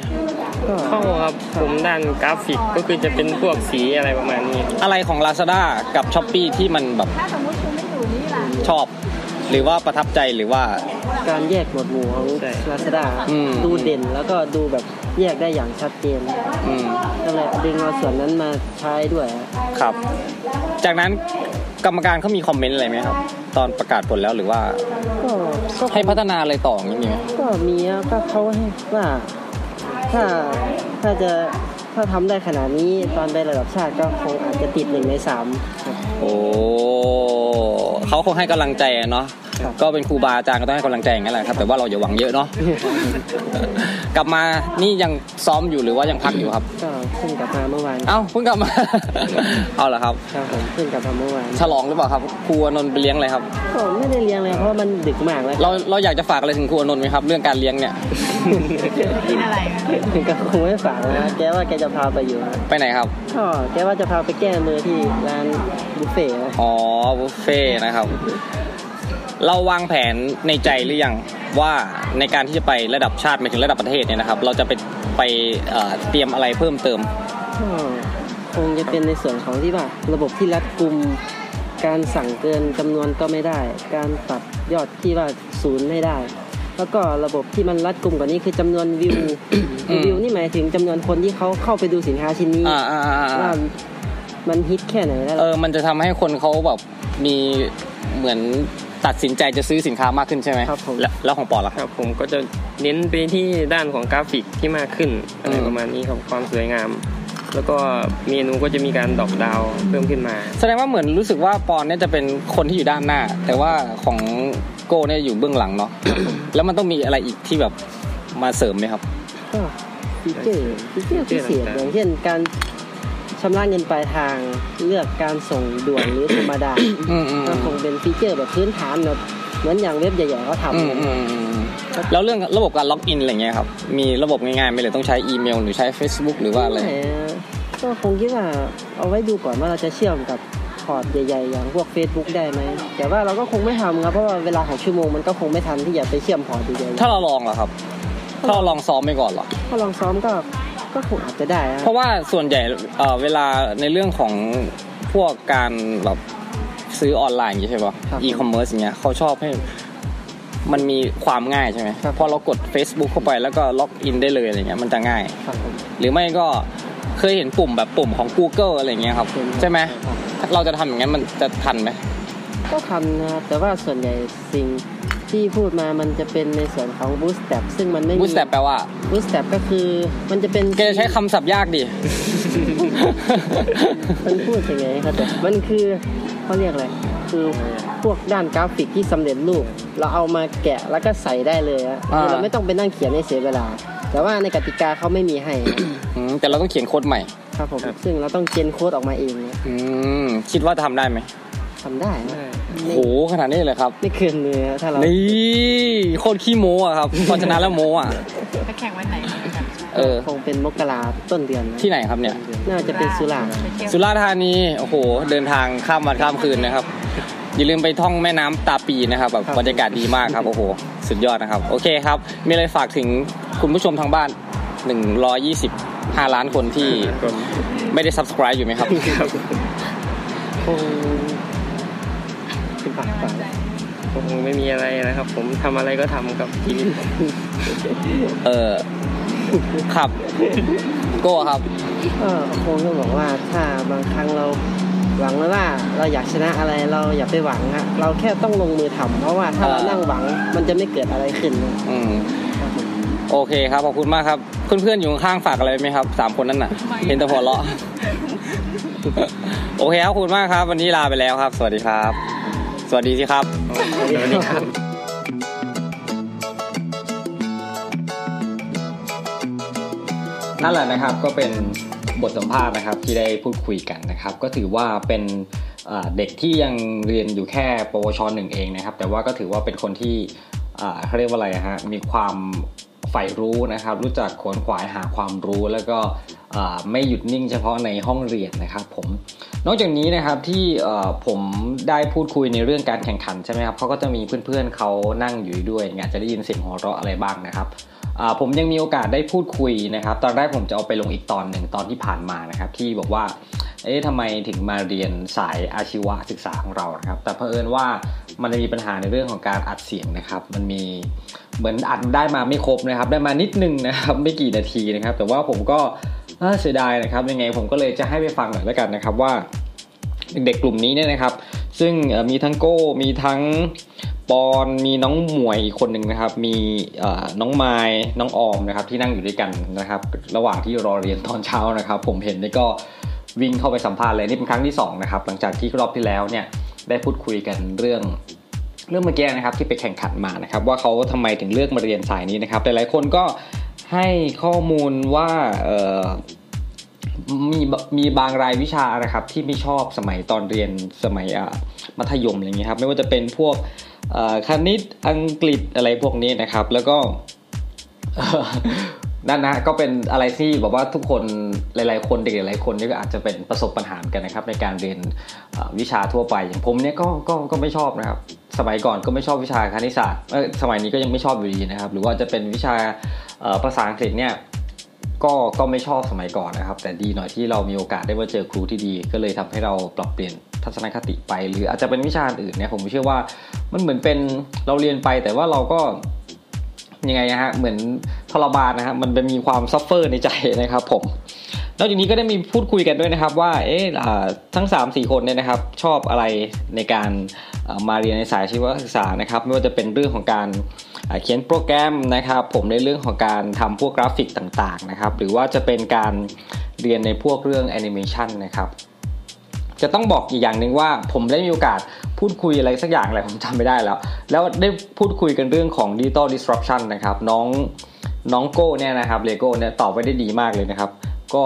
[SPEAKER 3] เข้าครับผมด้านกราฟิกก็คือจะเป็นพวกสีอะไรประมาณนี้
[SPEAKER 4] อะไรของ Lazada กับ s h อ p e e ที่มันแบบ
[SPEAKER 5] ถ้าสมมติคุณไม่อยู่นี่ล่ะ
[SPEAKER 4] ชอบ หรือว่าประทับใจหรือว่า
[SPEAKER 2] การแยกหมวดหมู่ของ
[SPEAKER 3] ใช่
[SPEAKER 2] Lazada
[SPEAKER 4] อืม
[SPEAKER 2] ดูเด่นแล้วก็ดูแบบแยกได้อย่างชัดเจน
[SPEAKER 4] อืม
[SPEAKER 2] ก็เลยดึงเอาส่วนนั้นมาใช้ด้วย
[SPEAKER 4] ครับ จากนั้นกรรมการเขามีคอมเมนต์อะไรไหมครับ ตอนประกาศผลแล้วหรือว่า
[SPEAKER 2] ก็ก็
[SPEAKER 4] ให้พัฒนาอะไรต่ออย่างนี้มีไหม
[SPEAKER 2] ก็มีครับก็เขาให้ว่า ถ้าถ้าจะถ้าทำได้ขนาดนี้ตอนไประดับชาติก็คงอาจจะติดหนึ่งในสามครับ
[SPEAKER 4] โอ้เขาคงให้กำลังใจอะเนาะ
[SPEAKER 2] ครับ
[SPEAKER 4] ก็เป็นครูบาอาจารย์ก็ต้องให้กำลังใจอย่างนั้นแหละครับแต่ว่าเราอย่าหวังเยอะเนาะ [LAUGHS] กลับมานี่ยังซ้อมอยู่หรือว่ายังพักอยู่ครับ
[SPEAKER 2] ก็เพิ่งกลับมาเมื่อวาน
[SPEAKER 4] เอ้าเพิ่งกลับมา [LAUGHS] เอาเหรอครับ
[SPEAKER 2] ครับผมเพิ่งกลับมาเมื่อวาน
[SPEAKER 4] ฉลองหรือเปล่าครับครูอนนท์ไปเลี้ยงอะไรครับ
[SPEAKER 2] ก็ไม่ได้เลี้ยงเลยเพราะว่ามันดึกมากแล้ว
[SPEAKER 4] เราเราอยากจะฝากอะไรถึงครูอนนท์ไหมครับ เรื่องการเลี้ยงเนี่ย
[SPEAKER 5] กินอะไร
[SPEAKER 2] ก็คงไม่ฝากนะแกว่าแกจะพาไปอยู่นะ
[SPEAKER 4] ไปไหนครับ
[SPEAKER 2] ก็แกว่าจะพาไปแก้มือที่ร้านบุฟเฟ่ต์นะ
[SPEAKER 4] อ๋อบุฟเฟ่ต์นะครับ เราวางแผนในใจหรือยังว่าในการที่จะไประดับชาติไปถึงระดับประเทศเนี่ยนะครับ เราจะไปไปเอ่อเตรียมอะไรเพิ่มเติม
[SPEAKER 2] ก็คงจะเป็นในส่วนของที่ว่าระบบที่รัดกุม การสั่งเกินจำนวนก็ไม่ได้ การตัดยอดที่ว่าศูนย์ไม่ได้ แล้วก็ระบบที่มันรัดกุมกว่านี้คือจำนวนวิว [COUGHS]
[SPEAKER 4] อืม
[SPEAKER 2] วิวนี่หมายถึงจำนวนคนที่เขาเข้าไปดูสินค้าชิ้นนี้
[SPEAKER 4] อ่าอ่าอ่า
[SPEAKER 2] ว่า
[SPEAKER 4] อ่า
[SPEAKER 2] มันฮิตแค่ไหนแล้ว
[SPEAKER 4] เออมันจะทำให้คนเขาแบบมีเหมือนตัดสินใจจะซื้อสินค้ามากขึ้นใช่ไหมแล้วแล้วของปอล่ะ
[SPEAKER 3] ครับผมก็จะเน้นไปที่ด้านของกราฟิกที่มากขึ้นอะไรประมาณนี้ครับความสวยงาม แล้วก็เมนูก็จะมีการดอกดาวเพิ่มขึ้นมา
[SPEAKER 4] แสดงว่าเหมือนรู้สึกว่าปอนเนี่ยจะเป็นคนที่อยู่ด้านหน้า แต่ว่าของโก้เนี่ยอยู่เบื้องหลังเนาะ [COUGHS] แล้วมันต้องมีอะไรอีกที่แบบมาเสริมไหมครับ
[SPEAKER 2] ก็ฟีเจอร์ฟีเจอร์พิเศษ
[SPEAKER 3] ฟีเจอร์
[SPEAKER 2] อ
[SPEAKER 3] ต่างๆ
[SPEAKER 2] ย่างเช่นการชำระเงินปลายทางเลือกการส่งด่วนห [COUGHS] รือธรรมดา
[SPEAKER 4] อืมอืม
[SPEAKER 2] ก็คงเป็นฟีเจอร์แบบพื้นฐานแบบเหมือนอย่างเว็บใหญ่ๆเขา
[SPEAKER 4] อื
[SPEAKER 2] ทำ
[SPEAKER 4] ม
[SPEAKER 2] กัน
[SPEAKER 4] อืมอืมแล้วเรื่องระบบการล็อกอินอะไรเงี้ยครับ มีระบบง่ายๆไหมหรือต้องใช้อีเมลหรือใช้ Facebook หรือว่าอะไร
[SPEAKER 2] แต่ก็คงคิดว่าเอาไว้ดูก่อนว่าเราจะเชื่อมกับพอร์ตใหญ่ๆ อย่างพวก Facebook ได้ไหม แต่ว่าเราก็คงไม่ทำครับ เพราะว่าเวลาของชั่วโมงมันก็คงไม่ทันที่จะไปเชื่อมพอร์ตใหญ่
[SPEAKER 4] ถ้าเราลองเหรอครับ ถ้าเราลองซ้อมไปก่อนเหรอ
[SPEAKER 2] ๆถ้าลองซ้อมก็ก็คงอาจจะได้นะ
[SPEAKER 4] เพราะว่าส่วนใหญ่เอ่อเวลาในเรื่องของพวกการแบบซื้อออนไลน์อย่างงี้ใช่ป่ะอีคอมเมิร์ซอย่างเงี้ยเขาชอบให้มันมีความง่ายใช่ไหมพอเรากด Facebook เข้าไปแล้วก็ล็อกอินได้เลยอะไรเงี้ยมันจะง่าย
[SPEAKER 2] ครับผม
[SPEAKER 4] หรือไม่ก็เคยเห็นปุ่มแบบปุ่มของ Google อะไรเงี้ยครับ ใช่ไหม
[SPEAKER 2] ครับ
[SPEAKER 4] เราจะทำอย่างนั้นมันจะทันไหม
[SPEAKER 2] ก็ทำนะครับแต่ว่าส่วนใหญ่สิ่งที่พูดมามันจะเป็นในส่วนของ Bootstrap ซึ่งมันไม่มี
[SPEAKER 4] บูสแตปแปลว่า
[SPEAKER 2] Bootstrap ก็คือมันจะเป็น
[SPEAKER 4] แกจะใช้คำศัพท์ย [LAUGHS] ากดิ
[SPEAKER 2] มันพูดยังไงครับแต่มันคือเขาเรียกอะไร คือพวกด้านกราฟิกที่สำเร็จรูป เราเอามาแกะแล้วก็ใส่ได้เลยอะ
[SPEAKER 4] อ่า
[SPEAKER 2] เราไม่ต้องไปนั่งเขียนให้เสียเวลา แต่ว่าในกติกาเขาไม่มีให้
[SPEAKER 4] อืมแต่เราต้องเขียนโค้ดใหม่
[SPEAKER 2] ครับผม
[SPEAKER 3] ครับ
[SPEAKER 2] ซึ่งเราต้องเจนโค้ดออกมาเองนะ
[SPEAKER 4] อืมคิดว่าทำได้ไหม
[SPEAKER 2] ทำได้นะ
[SPEAKER 3] ใช่
[SPEAKER 1] โหขนาดนี้เลยครับ
[SPEAKER 2] ไม่เกินมือนะถ้าเราน
[SPEAKER 1] นี่โคตรขี้โม้อะครับตอนชนะแล้วโม้อะ
[SPEAKER 6] ไปแข่งวันไหนกัน
[SPEAKER 1] เออ
[SPEAKER 2] คงเป็นมกราต้นเดือนนะ
[SPEAKER 1] ที่ไหนครับเนี่ย
[SPEAKER 2] น่าจะเป็นสุราษฎร์
[SPEAKER 6] ไปเที่ยว
[SPEAKER 1] สุราษฎร์ธานี โอ้โห เดินทางข้ามวันข้ามคืนนะครับ อย่าลืมไปท่องแม่น้ำตาปีนะครับแบบบรรยากาศดีมากครับ โอ้โห สุดยอดนะครับ โอเคครับ มีอะไรฝากถึงคุณผู้ชมทางบ้าน 125 ล้านคนที่
[SPEAKER 3] คน
[SPEAKER 1] ไม่ได้ subscribe อยู่ไหมครับ
[SPEAKER 3] ครับ
[SPEAKER 2] คงเป็นปากเปล่า
[SPEAKER 3] คงไม่มีอะไรนะครับ ผมทำอะไรก็ทำกับชีวิตผม
[SPEAKER 1] เออครับโก้ครับ
[SPEAKER 2] ก็คงต้องบอกว่าถ้าบางครั้งเราหวังไว้ว่าเราอยากชนะอะไรเราอย่าไปหวังฮะเราแค่ต้องลงมือทำเพราะว่าถ้าเรา
[SPEAKER 1] เออ
[SPEAKER 2] นั่งหวังมันจะไม่เกิดอะไรขึ้นนะ
[SPEAKER 1] อืม
[SPEAKER 2] ครับผม
[SPEAKER 1] โอเคครับ ขอบคุณมากครับ เพื่อนๆอยู่ข้างๆฝากอะไรไหมครับสามคนนั้นน่ะ เห็นแต่หัวเราะ โอเคครับ ขอบคุณมากครับ วันนี้ลาไปแล้วครับ สวัสดีครับ สวัสดีสิครับ
[SPEAKER 3] สวัสดีครับ
[SPEAKER 1] นั่นแหละนะครับก็เป็นบทสัมภาษณ์นะครับที่ได้พูดคุยกันนะครับ ก็ถือว่าเป็นเอ่อเด็กที่ยังเรียนอยู่แค่ปวชหนึ่งเองนะครับ แต่ว่าก็ถือว่าเป็นคนที่เอ่อเขาเรียกว่าอะไรอะฮะมีความใฝ่รู้นะครับ รู้จักขวนขวายหาความรู้ แล้วก็เอ่อไม่หยุดนิ่งเฉพาะในห้องเรียนนะครับผม นอกจากนี้นะครับที่เอ่อผมได้พูดคุยในเรื่องการแข่งขันใช่ไหมครับเขาก็จะมีเพื่อนๆเขานั่งอยู่ด้วยอย่างเงี้ยจะได้ยินเสียงหัวเราะอะไรบ้างนะครับอ่าผมยังมีโอกาสได้พูดคุยนะครับ ตอนแรกผมจะเอาไปลงอีกตอนหนึ่งตอนที่ผ่านมานะครับ ที่บอกว่า เอ๊ะทำไมถึงมาเรียนสายอาชีวศึกษาของเรานะครับ แต่เผอิญว่ามันจะมีปัญหาในเรื่องของการอัดเสียงนะครับ มันมีเหมือนอัดได้มาไม่ครบนะครับ ได้มานิดนึงนะครับ ไม่กี่นาทีนะครับ แต่ว่าผมก็เอ้อเสียดายนะครับ ยังไงผมก็เลยจะให้ไปฟังหน่อยแล้วกันนะครับว่า เด็กๆกลุ่มนี้เนี่ยนะครับ ซึ่งเอ่อมีทั้งโก้ มีทั้งปอน มีน้องหมวยอีกคนหนึ่งนะครับ มีเอ่อน้องไม้น้องออมนะครับ ที่นั่งอยู่ด้วยกันนะครับ ระหว่างที่รอเรียนตอนเช้านะครับ ผมเห็นนี่ก็วิ่งเข้าไปสัมภาษณ์เลยนี่เป็นครั้งที่สองนะครับ หลังจากที่รอบที่แล้วเนี่ยได้พูดคุยกันเรื่อง เรื่องเมื่อกี้นะครับที่ไปแข่งขันมานะครับ ว่าเขาทำไมถึงเลือกมาเรียนสายนี้นะครับหลายๆคนก็ให้ข้อมูลว่าเอ่อ มีบมีบางรายวิชานะครับที่ไม่ชอบสมัยตอนเรียนสมัยอ่ะมัธยมอะไรอย่างเงี้ยครับไม่ว่าจะเป็นพวกเอ่อคณิตอังกฤษอะไรพวกนี้นะครับ แล้วก็ [LAUGHS] นั่นนะก็เป็นอะไรที่แบบว่าทุกคนหลาย ๆ คนเด็กหลายๆคนนี่ก็อาจจะเป็นประสบปัญหาเหมือนกันนะครับ ในการเรียนเอ่อวิชาทั่วไปอย่างผมเนี่ยก็ก็ก็ไม่ชอบนะครับ สมัยก่อนก็ไม่ชอบวิชาคณิตศาสตร์เอ้ยสมัยนี้ก็ยังไม่ชอบอยู่ดีนะครับ หรือว่าจะเป็นวิชาเอ่อภาษาอังกฤษเนี่ย ก็ก็ไม่ชอบสมัยก่อนนะครับ แต่ดีหน่อยที่เรามีโอกาสได้มาเจอครูที่ดี ก็เลยทำให้เราปรับเปลี่ยนทัศนคติไป หรืออาจจะเป็นวิชาอื่นเนี่ยผมเชื่อว่ามันเหมือนเป็นเราเรียนไป แต่ว่าเราก็ยังไงนะฮะเหมือนทรมานนะฮะมันเป็นมีความซัฟเฟอร์ในใจนะครับผมนอกจากนี้ก็ได้มีพูดคุยกันด้วยนะครับ ว่าเอ๊ะอ่าทั้ง 3 4 คนเนี่ยนะครับ ชอบอะไรในการเอ่อมาเรียนในสายชีวศึกษานะครับ ไม่ว่าจะเป็นเรื่องของการ อ่าเขียนโปรแกรมนะครับผมในเรื่องของการทำพวกกราฟิกต่างๆนะครับ หรือว่าจะเป็นการเรียนในพวกเรื่องแอนิเมชันนะครับ จะต้องบอกอีกอย่างหนึ่งว่าผมได้มีโอกาสพูดคุยอะไรสักอย่างแหละผมจำไม่ได้แล้ว แล้วได้พูดคุยกันเรื่องของ Digital Disruption นะครับ น้องน้องโก้เนี่ยนะครับเลโก้เนี่ยตอบไว้ได้ดีมากเลยนะครับ ก็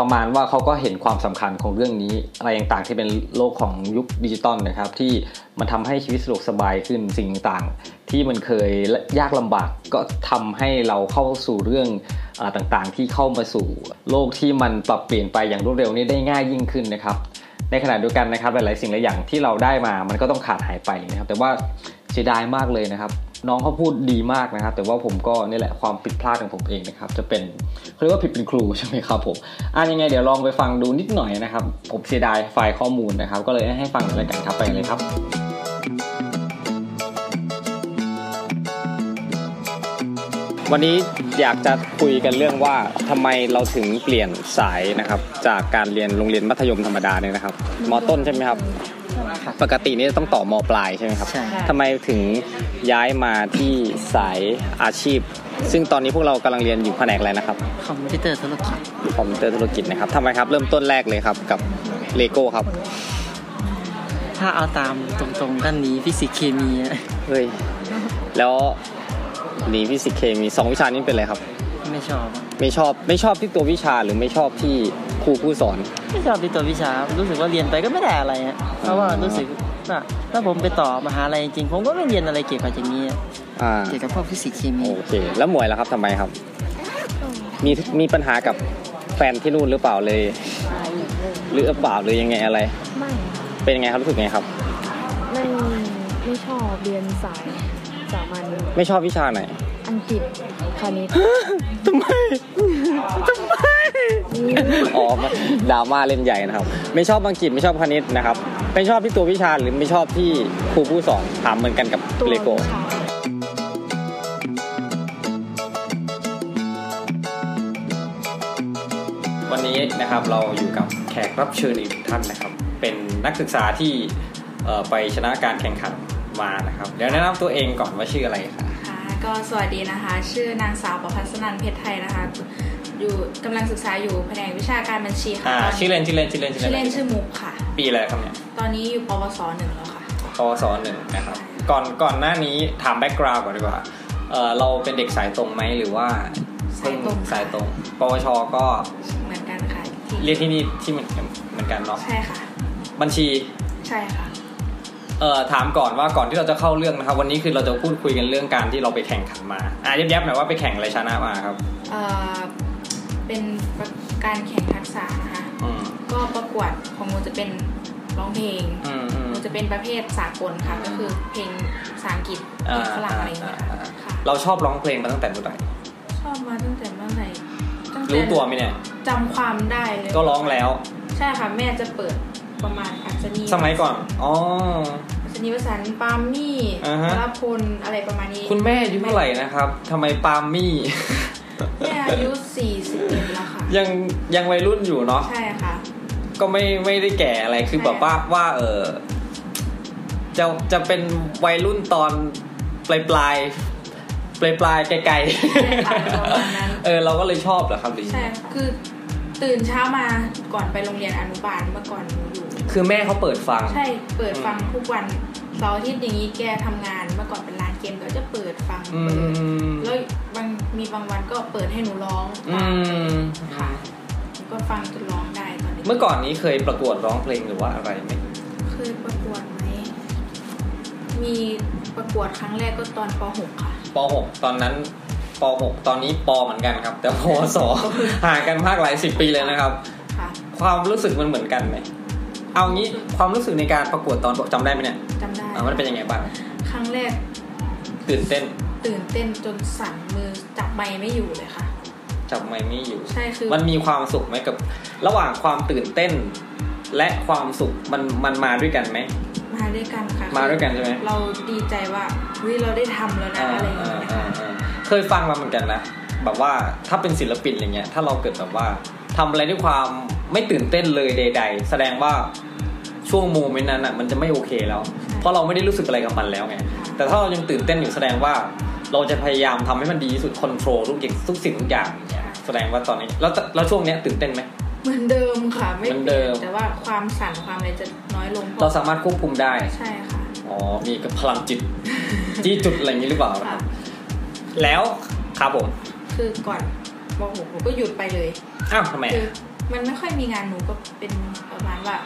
[SPEAKER 1] ประมาณว่าเขาก็เห็นความสำคัญของเรื่องนี้อะไรต่างๆที่เป็นโลกของยุคดิจิตอลนะครับ ที่มันทำให้ชีวิตสะดวกสบายขึ้นสิ่งต่างๆ ที่มันเคยยากลำบากก็ทำให้เราเข้าสู่เรื่องอาต่างๆ ที่เข้ามาสู่โลกที่มันปรับเปลี่ยนไปอย่างรวดเร็วนี้ได้ง่ายยิ่งขึ้นนะครับ ในขณะเดียวกันนะครับหลายๆสิ่งหลายอย่างที่เราได้มา มันก็ต้องขาดหายไปนะครับ แต่ว่าเสียดายมากเลยนะครับ น้องเขาพูดดีมากนะครับ แต่ว่าผมก็นี่แหละความผิดพลาดของผมเองนะครับ จะเป็นเขาเรียกว่าผิดเป็นครูใช่ไหมครับผมอ่ะยังไงเดี๋ยวลองไปฟังดูนิดหน่อยนะครับ ผมเสียดายไฟล์ข้อมูลนะครับ ก็เลยให้ฟังอะไรกันครับไปเลยครับ วันนี้อยากจะคุยกันเรื่องว่าทำไมเราถึงเปลี่ยนสายนะครับ จากการเรียนโรงเรียนมัธยมธรรมดาเนี่ยนะครับมต้นใช่ไหมครับ ปกตินี่จะต้องต่อมปลายใช่ไหมครับ
[SPEAKER 2] ใช่
[SPEAKER 1] ทำไมถึงย้ายมาที่สายอาชีพ ซึ่งตอนนี้พวกเรากำลังเรียนอยู่แผนกอะไรนะครับ
[SPEAKER 2] คอมพิวเตอร์ธุรกิจ
[SPEAKER 1] คอมพิวเตอร์ธุรกิจนะครับทำไมครับ เริ่มต้นแรกเลยครับกับเลโก้ครับ
[SPEAKER 2] ถ้าเอาตามตรงๆด้านนี้ฟิสิกส์เคมีอะ
[SPEAKER 1] เฮ้ย แล้วหนีฟิสิกส์เคมีสองวิชานี้เป็นอะไรครับ
[SPEAKER 2] ไม่ชอบ
[SPEAKER 1] ไม่ชอบไม่ชอบที่ตัววิชาหรือไม่ชอบที่
[SPEAKER 4] ครูผู้สอน
[SPEAKER 2] ไม่ชอบในตัววิชาครับรู้สึกว่าเรียนไปก็ไม่ได้อะไรฮะเพราะว่ารู้สึกว่าถ้าผมไปต่อมหาลัยจริงๆผมก็ไม่เรียนอะไรเกี่ยวกับอย่างนี้อะ
[SPEAKER 4] อ่า
[SPEAKER 2] เกี่ยวกับพวกฟิสิกส์เคมี
[SPEAKER 4] โอเค แล้วหมวยล่ะครับทำไมครับ มีมีปัญหากับแฟนที่นู่นหรือเปล่าเลย หรือเปล่าหรือยังไงอะไร
[SPEAKER 1] ไม่
[SPEAKER 4] เป็นยังไงครับรู้สึกไงครับ
[SPEAKER 1] ไม่ไม่ชอบเรียนสายสามัญ
[SPEAKER 4] ไม่ชอบวิชาไหน
[SPEAKER 1] อังกฤษคณิต
[SPEAKER 4] ทำไม ทำไม [LAUGHS] อ๋อดราม่าเล่นใหญ่นะครับ ไม่ชอบอังกฤษไม่ชอบคณิตนะครับ ไม่ชอบที่ตัววิชาหรือไม่ชอบที่ครูผู้สอนถามเหมือนกันกับ
[SPEAKER 1] ตัว
[SPEAKER 4] เลโก้
[SPEAKER 1] วิชา
[SPEAKER 4] วันนี้นะครับเราอยู่กับแขกรับเชิญอีกท่านนะครับ เป็นนักศึกษาที่เอ่อไปชนะการแข่งขันมานะครับ เดี๋ยวแนะนำตัวเองก่อนว่าชื่ออะไรครับ
[SPEAKER 7] ค่ะก็สวัสดีนะคะ ชื่อนางสาวประพัสนันเพชรไทยนะคะ อยู่กำลังศึกษาอยู่แผนกวิชาการบัญชีค่ะ
[SPEAKER 4] อ่า
[SPEAKER 7] ตน
[SPEAKER 4] ชื่อเล่นชื่อเล่นชื่อเล่น
[SPEAKER 7] ชื่อเล่นชื่อมุกค่ะ
[SPEAKER 4] ปีอะไรครับเนี่ย
[SPEAKER 7] ตอนนี้อยู่ปวสหนึ่งแล้วค่ะ
[SPEAKER 4] ปวสหนึ่งนะครับ ก่อนก่อนหน้านี้ถามแบ็กกราวด์ก่อนดีกว่าเอ่อเราเป็นเด็กสายตรงไหมหรือว่า
[SPEAKER 7] สายตรง
[SPEAKER 4] เพิ่สายตรงปวชก็
[SPEAKER 7] เหมือนกันค่ะที่
[SPEAKER 4] เรียนที่นี่ที่เหมือนเหมือนกันเนาะ
[SPEAKER 7] ใช่ค่ะ
[SPEAKER 4] บัญชี
[SPEAKER 7] ใช่ค่ะ
[SPEAKER 4] เอ่อถามก่อนว่าก่อนที่เราจะเข้าเรื่องนะครับ วันนี้คือเราจะพูดคุยกันเรื่องการที่เราไปแข่งขันมาอ่ะเย็บๆหน่อยว่าไปแข่งอะไรชนะมาครับ
[SPEAKER 7] เอ่อ เป็นประการแข่งทักษะนะคะ
[SPEAKER 4] อืม
[SPEAKER 7] ก็ประกวดของโมจะเป็นร้องเพลง
[SPEAKER 4] อืมอืม
[SPEAKER 7] โมจะเป็นประเภทสากลค่ะ ก็คือเพลงภาษาอังกฤษเพล
[SPEAKER 4] อ่าง
[SPEAKER 7] ฝรั่งอะไรอย่าง
[SPEAKER 4] อ่า
[SPEAKER 7] เงี้ย
[SPEAKER 4] อ่า
[SPEAKER 7] ค่ะ
[SPEAKER 4] เราชอบร้องเพลงมาตั้งแต่เมื่อไหร่
[SPEAKER 7] ชอบมาตั้งแต่เมื่อไหร่ตั้งแ
[SPEAKER 4] รู้ตัวไหมเนี่ย
[SPEAKER 7] จำความได้เลย
[SPEAKER 4] ก็ร้องแล้ว
[SPEAKER 7] ใช่ค่ะ แม่จะเปิดประมาณอัศนี
[SPEAKER 4] สมัยก่อนอ๋อ
[SPEAKER 7] อัศนีวสันต์ปาล์มมี่
[SPEAKER 4] อ่าฮะ
[SPEAKER 7] วรพลอะไรประมาณนี้
[SPEAKER 4] คุณแม่อายุเท่าไหร่นะครับทำไมปาล์ม
[SPEAKER 7] [LAUGHS]
[SPEAKER 4] มี่
[SPEAKER 7] แม่อายุ41แล้วค่ะ
[SPEAKER 4] ยังยังวัยรุ่นอยู่เนาะ
[SPEAKER 7] ใช่ค่ะ
[SPEAKER 4] ก็ไม่ไม่ได้แก่อะไรคือแบบว่าว่าเออจะจะเป็นวัยรุ่นตอนปลายปลายปลายปลายๆไกล
[SPEAKER 7] ใช่ค่ะประมาณนั้น
[SPEAKER 4] ๆเออเราก็เลยชอบเหรอครับหรือยังไง
[SPEAKER 7] ใช่ค่ะคือตื่นเช้ามาก่อนไปโรงเรียนอนุบาลเมื่อก่อนหนูอยู่
[SPEAKER 4] คือแม่เขาเปิดฟัง
[SPEAKER 7] ใช่เปิดฟังทุกวันเสาร์อาทิตย์อย่างนี้แกทำงานเมื่อก่อนเป็นร้านเกมก็จะเปิดฟัง
[SPEAKER 4] อืม
[SPEAKER 7] เปิดแล้วบางมีบางวันก็เปิดให้หนูร้อง
[SPEAKER 4] อื
[SPEAKER 7] ฟัง
[SPEAKER 4] ม
[SPEAKER 7] ค่ะหนูก็ฟังจนร้องได้ตอนนี้
[SPEAKER 4] เมื่อก่อนนี้เคยประกวดร้องเพลงหรือว่าอะไรไหม
[SPEAKER 7] เคยประกวดไหมมีประกวดครั้งแรกก็ตอนป .6 ค่ะ
[SPEAKER 4] ป .6 ตอนนั้นป .6 ตอนนี้ปเหมือนกันครับ แต่ปวส ห่างกันมากหลายสิบปีเลยนะครับ
[SPEAKER 7] ค่ะ
[SPEAKER 4] ความรู้สึกมันเหมือนกันไหมเอางี้ความรู้สึกในการประกวดตอนจำได้ไหมเนี่ย
[SPEAKER 7] จำได้
[SPEAKER 4] อ่ะมันเป็นยังไงบ้าง
[SPEAKER 7] ครั้งแรก
[SPEAKER 4] ตื่นเต้น
[SPEAKER 7] ตื่นเต้นจนสั่นมือจับไมค์ไม่อยู่เลยค่ะ
[SPEAKER 4] จับไมค์ไม่อยู่
[SPEAKER 7] ใช่คือ
[SPEAKER 4] มันมีความสุขไหมกับ ระหว่างความตื่นเต้น และความสุขมันมันมาด้วยกันไหม
[SPEAKER 7] มาด้วยกันค่ะ
[SPEAKER 4] มาด้วยกันใช่ไหม
[SPEAKER 7] เราดีใจว่าเฮ้ยเราได้ทำแล้วนะอะไรอย่างเงี้ยค่ะ
[SPEAKER 4] เคยฟังมาเหมือนกันนะ แบบว่าถ้าเป็นศิลปินอะไรเงี้ย ถ้าเราเกิดแบบว่าทำอะไรด้วยความไม่ตื่นเต้นเลยใด ๆ แสดงว่าช่วงโมเมนต์นั้นอ่ะมันจะไม่โอเคแล้ว เพราะเราไม่ได้รู้สึกอะไรกับมันแล้วไง แต่ถ้าเรายังตื่นเต้นอยู่แสดงว่าเราจะพยายามทำให้มันดีที่สุดคอนโทรลทุกอย่างทุกสิ่งทุกอย่างอย่างเงี้ยแสดงว่าตอนนี้แล้วแล้วช่วงเนี้ยตื่นเต้นไหม
[SPEAKER 7] เหมือนเดิมค่ะ ไม่
[SPEAKER 4] เหมือน
[SPEAKER 7] เป
[SPEAKER 4] เดิ
[SPEAKER 7] ลี่ย
[SPEAKER 4] ม
[SPEAKER 7] นแต่ว่าความสั่นความอะไรจะน้อยลง
[SPEAKER 4] เราสามารถควบคุมได้
[SPEAKER 7] ใช่ค่ะ
[SPEAKER 4] อ๋อ มีกับพลังจิตจี้จุดอะไรอย่างนี้หรือเปล่า
[SPEAKER 7] ค่ะ
[SPEAKER 4] แล้วครับผม
[SPEAKER 7] คือก่อนป .6 หนูก็หยุดไปเลย
[SPEAKER 4] อ้าวทำไม
[SPEAKER 7] คื
[SPEAKER 4] อ่ะ
[SPEAKER 7] อมันไม่ค่อยมีงานหนูก็เป็นประมาณว่า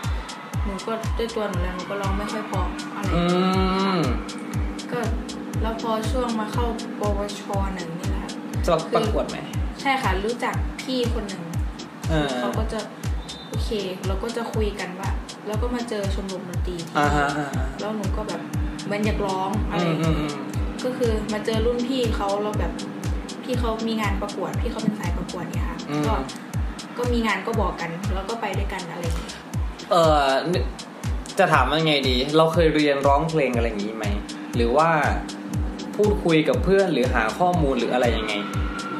[SPEAKER 7] หนูก็ด้วยตัวหนูแล้วหนูก็ร้องไม่ค่อยเพออะไร
[SPEAKER 4] อืม
[SPEAKER 7] ก็แล้วพอช่วงมาเข้าปวชหนึ่งนี่แหละค่ะ
[SPEAKER 4] จะประกวดไหม
[SPEAKER 7] ใช่ค่ะ รู้จักพี่คนหนึ่ง
[SPEAKER 4] เออ
[SPEAKER 7] เขาก็จะโอเคเราก็จะคุยกันว่า แล้วก็มาเจอชมรมดนตรีที่
[SPEAKER 4] อ่าฮะอ่าฮะ
[SPEAKER 7] แล้วหนูก็แบบเหมันอยากร้องอะไร
[SPEAKER 4] อื
[SPEAKER 7] อ
[SPEAKER 4] ม
[SPEAKER 7] ย่าง
[SPEAKER 4] อื
[SPEAKER 7] เงี้ย
[SPEAKER 4] มอืม
[SPEAKER 7] ก็คือมาเจอรุ่นพี่เขาเราแบบพี่เขามีงานประกวดพี่เขาเป็นสายประกวดเนี่ยค่ะก็ก็มีงานก็บอกกัน แล้วก็ไปด้วยกันอะไรอย่างเงี้ย
[SPEAKER 4] เออจะถามว่าไงดี เราเคยเรียนร้องเพลงอะไรอย่างนี้ไหม หรือว่าพูดคุยกับเพื่อนหรือหาข้อมูลหรืออะไรยังไง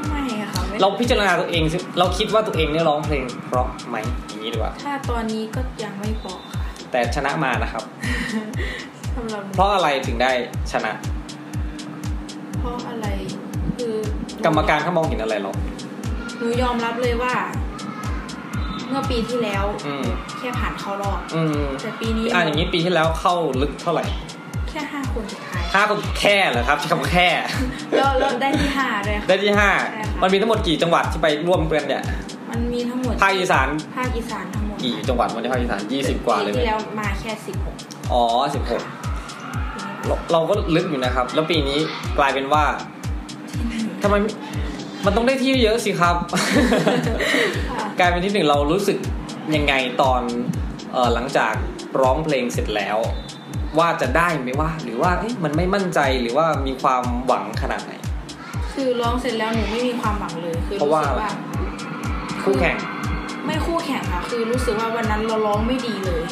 [SPEAKER 7] ไม่ค่ะไม่
[SPEAKER 4] เราพิจารณาตัวเองสิเราคิดว่าตัวเองเนี่ยร้องเพลงเพราะไหมอย่างนี้ดีกว่า
[SPEAKER 7] ถ้าตอนนี้ก็ยังไม่พอค่ะ [LAUGHS]
[SPEAKER 4] แต่ชนะมานะครับ
[SPEAKER 7] สำหรับหนู
[SPEAKER 4] เพราะอะไรถึงได้ชนะ
[SPEAKER 7] เพราะอะไรคือก
[SPEAKER 4] รรมการเขามองเห็นอะไรเรา
[SPEAKER 7] หนูยอมรับเลยว่า เมื่อปีที่แล้ว
[SPEAKER 4] อืม
[SPEAKER 7] แค่ผ่านเข้ารอบ
[SPEAKER 4] อืม
[SPEAKER 7] แต่ปีนี้
[SPEAKER 4] อ่าอย่างนี้ปีที่แล้วเข้าลึกเท่าไหร่
[SPEAKER 7] แค่ห้าคนสุดท้าย [LAUGHS]
[SPEAKER 4] ห้าคนแค่เหรอครับใช้คำว่าแค่
[SPEAKER 7] แล้วแล้วได้ที่ห้าด้วยค่ะ
[SPEAKER 4] ได้ที่ห้า
[SPEAKER 7] ใช่ค่ะ
[SPEAKER 4] มันมีทั้งหมดกี่จังหวัดที่ไปร่วมกันเนี่ย
[SPEAKER 7] มัน มันมีทั้งหมด
[SPEAKER 4] ภาคอีสาน
[SPEAKER 7] ภาคอีสานทั้งหมด
[SPEAKER 4] กี่จังหวัดวันนี้ภาคอีสาน20 กว่าเลยไหม
[SPEAKER 7] ปีที่แล้วมาแค่สิบหก
[SPEAKER 4] อ๋อ16 เราเราก็ลึกอยู่นะครับ แล้วปีนี้กลายเป็นว่าทำไมมันต้องได้ที่เยอะสิครับ
[SPEAKER 7] [LAUGHS]
[SPEAKER 4] กลายเป็นที่หนึ่งเรารู้สึกยังไงตอนเออหลังจากร้องเพลงเสร็จแล้ว ว่าจะได้ไหมว่า หรือว่าเอ๊ะมันไม่มั่นใจหรือว่ามีความหวังขนาดไหน
[SPEAKER 7] คือร้องเสร็จแล้วหนูไม่มีความหวังเลยคือ
[SPEAKER 4] เพราะว่าอะไร คู่แข่ง
[SPEAKER 7] ไม่คู่แข่งค่ะ คือรู้สึกว่าวันนั้นเราร้องไม่ดีเลย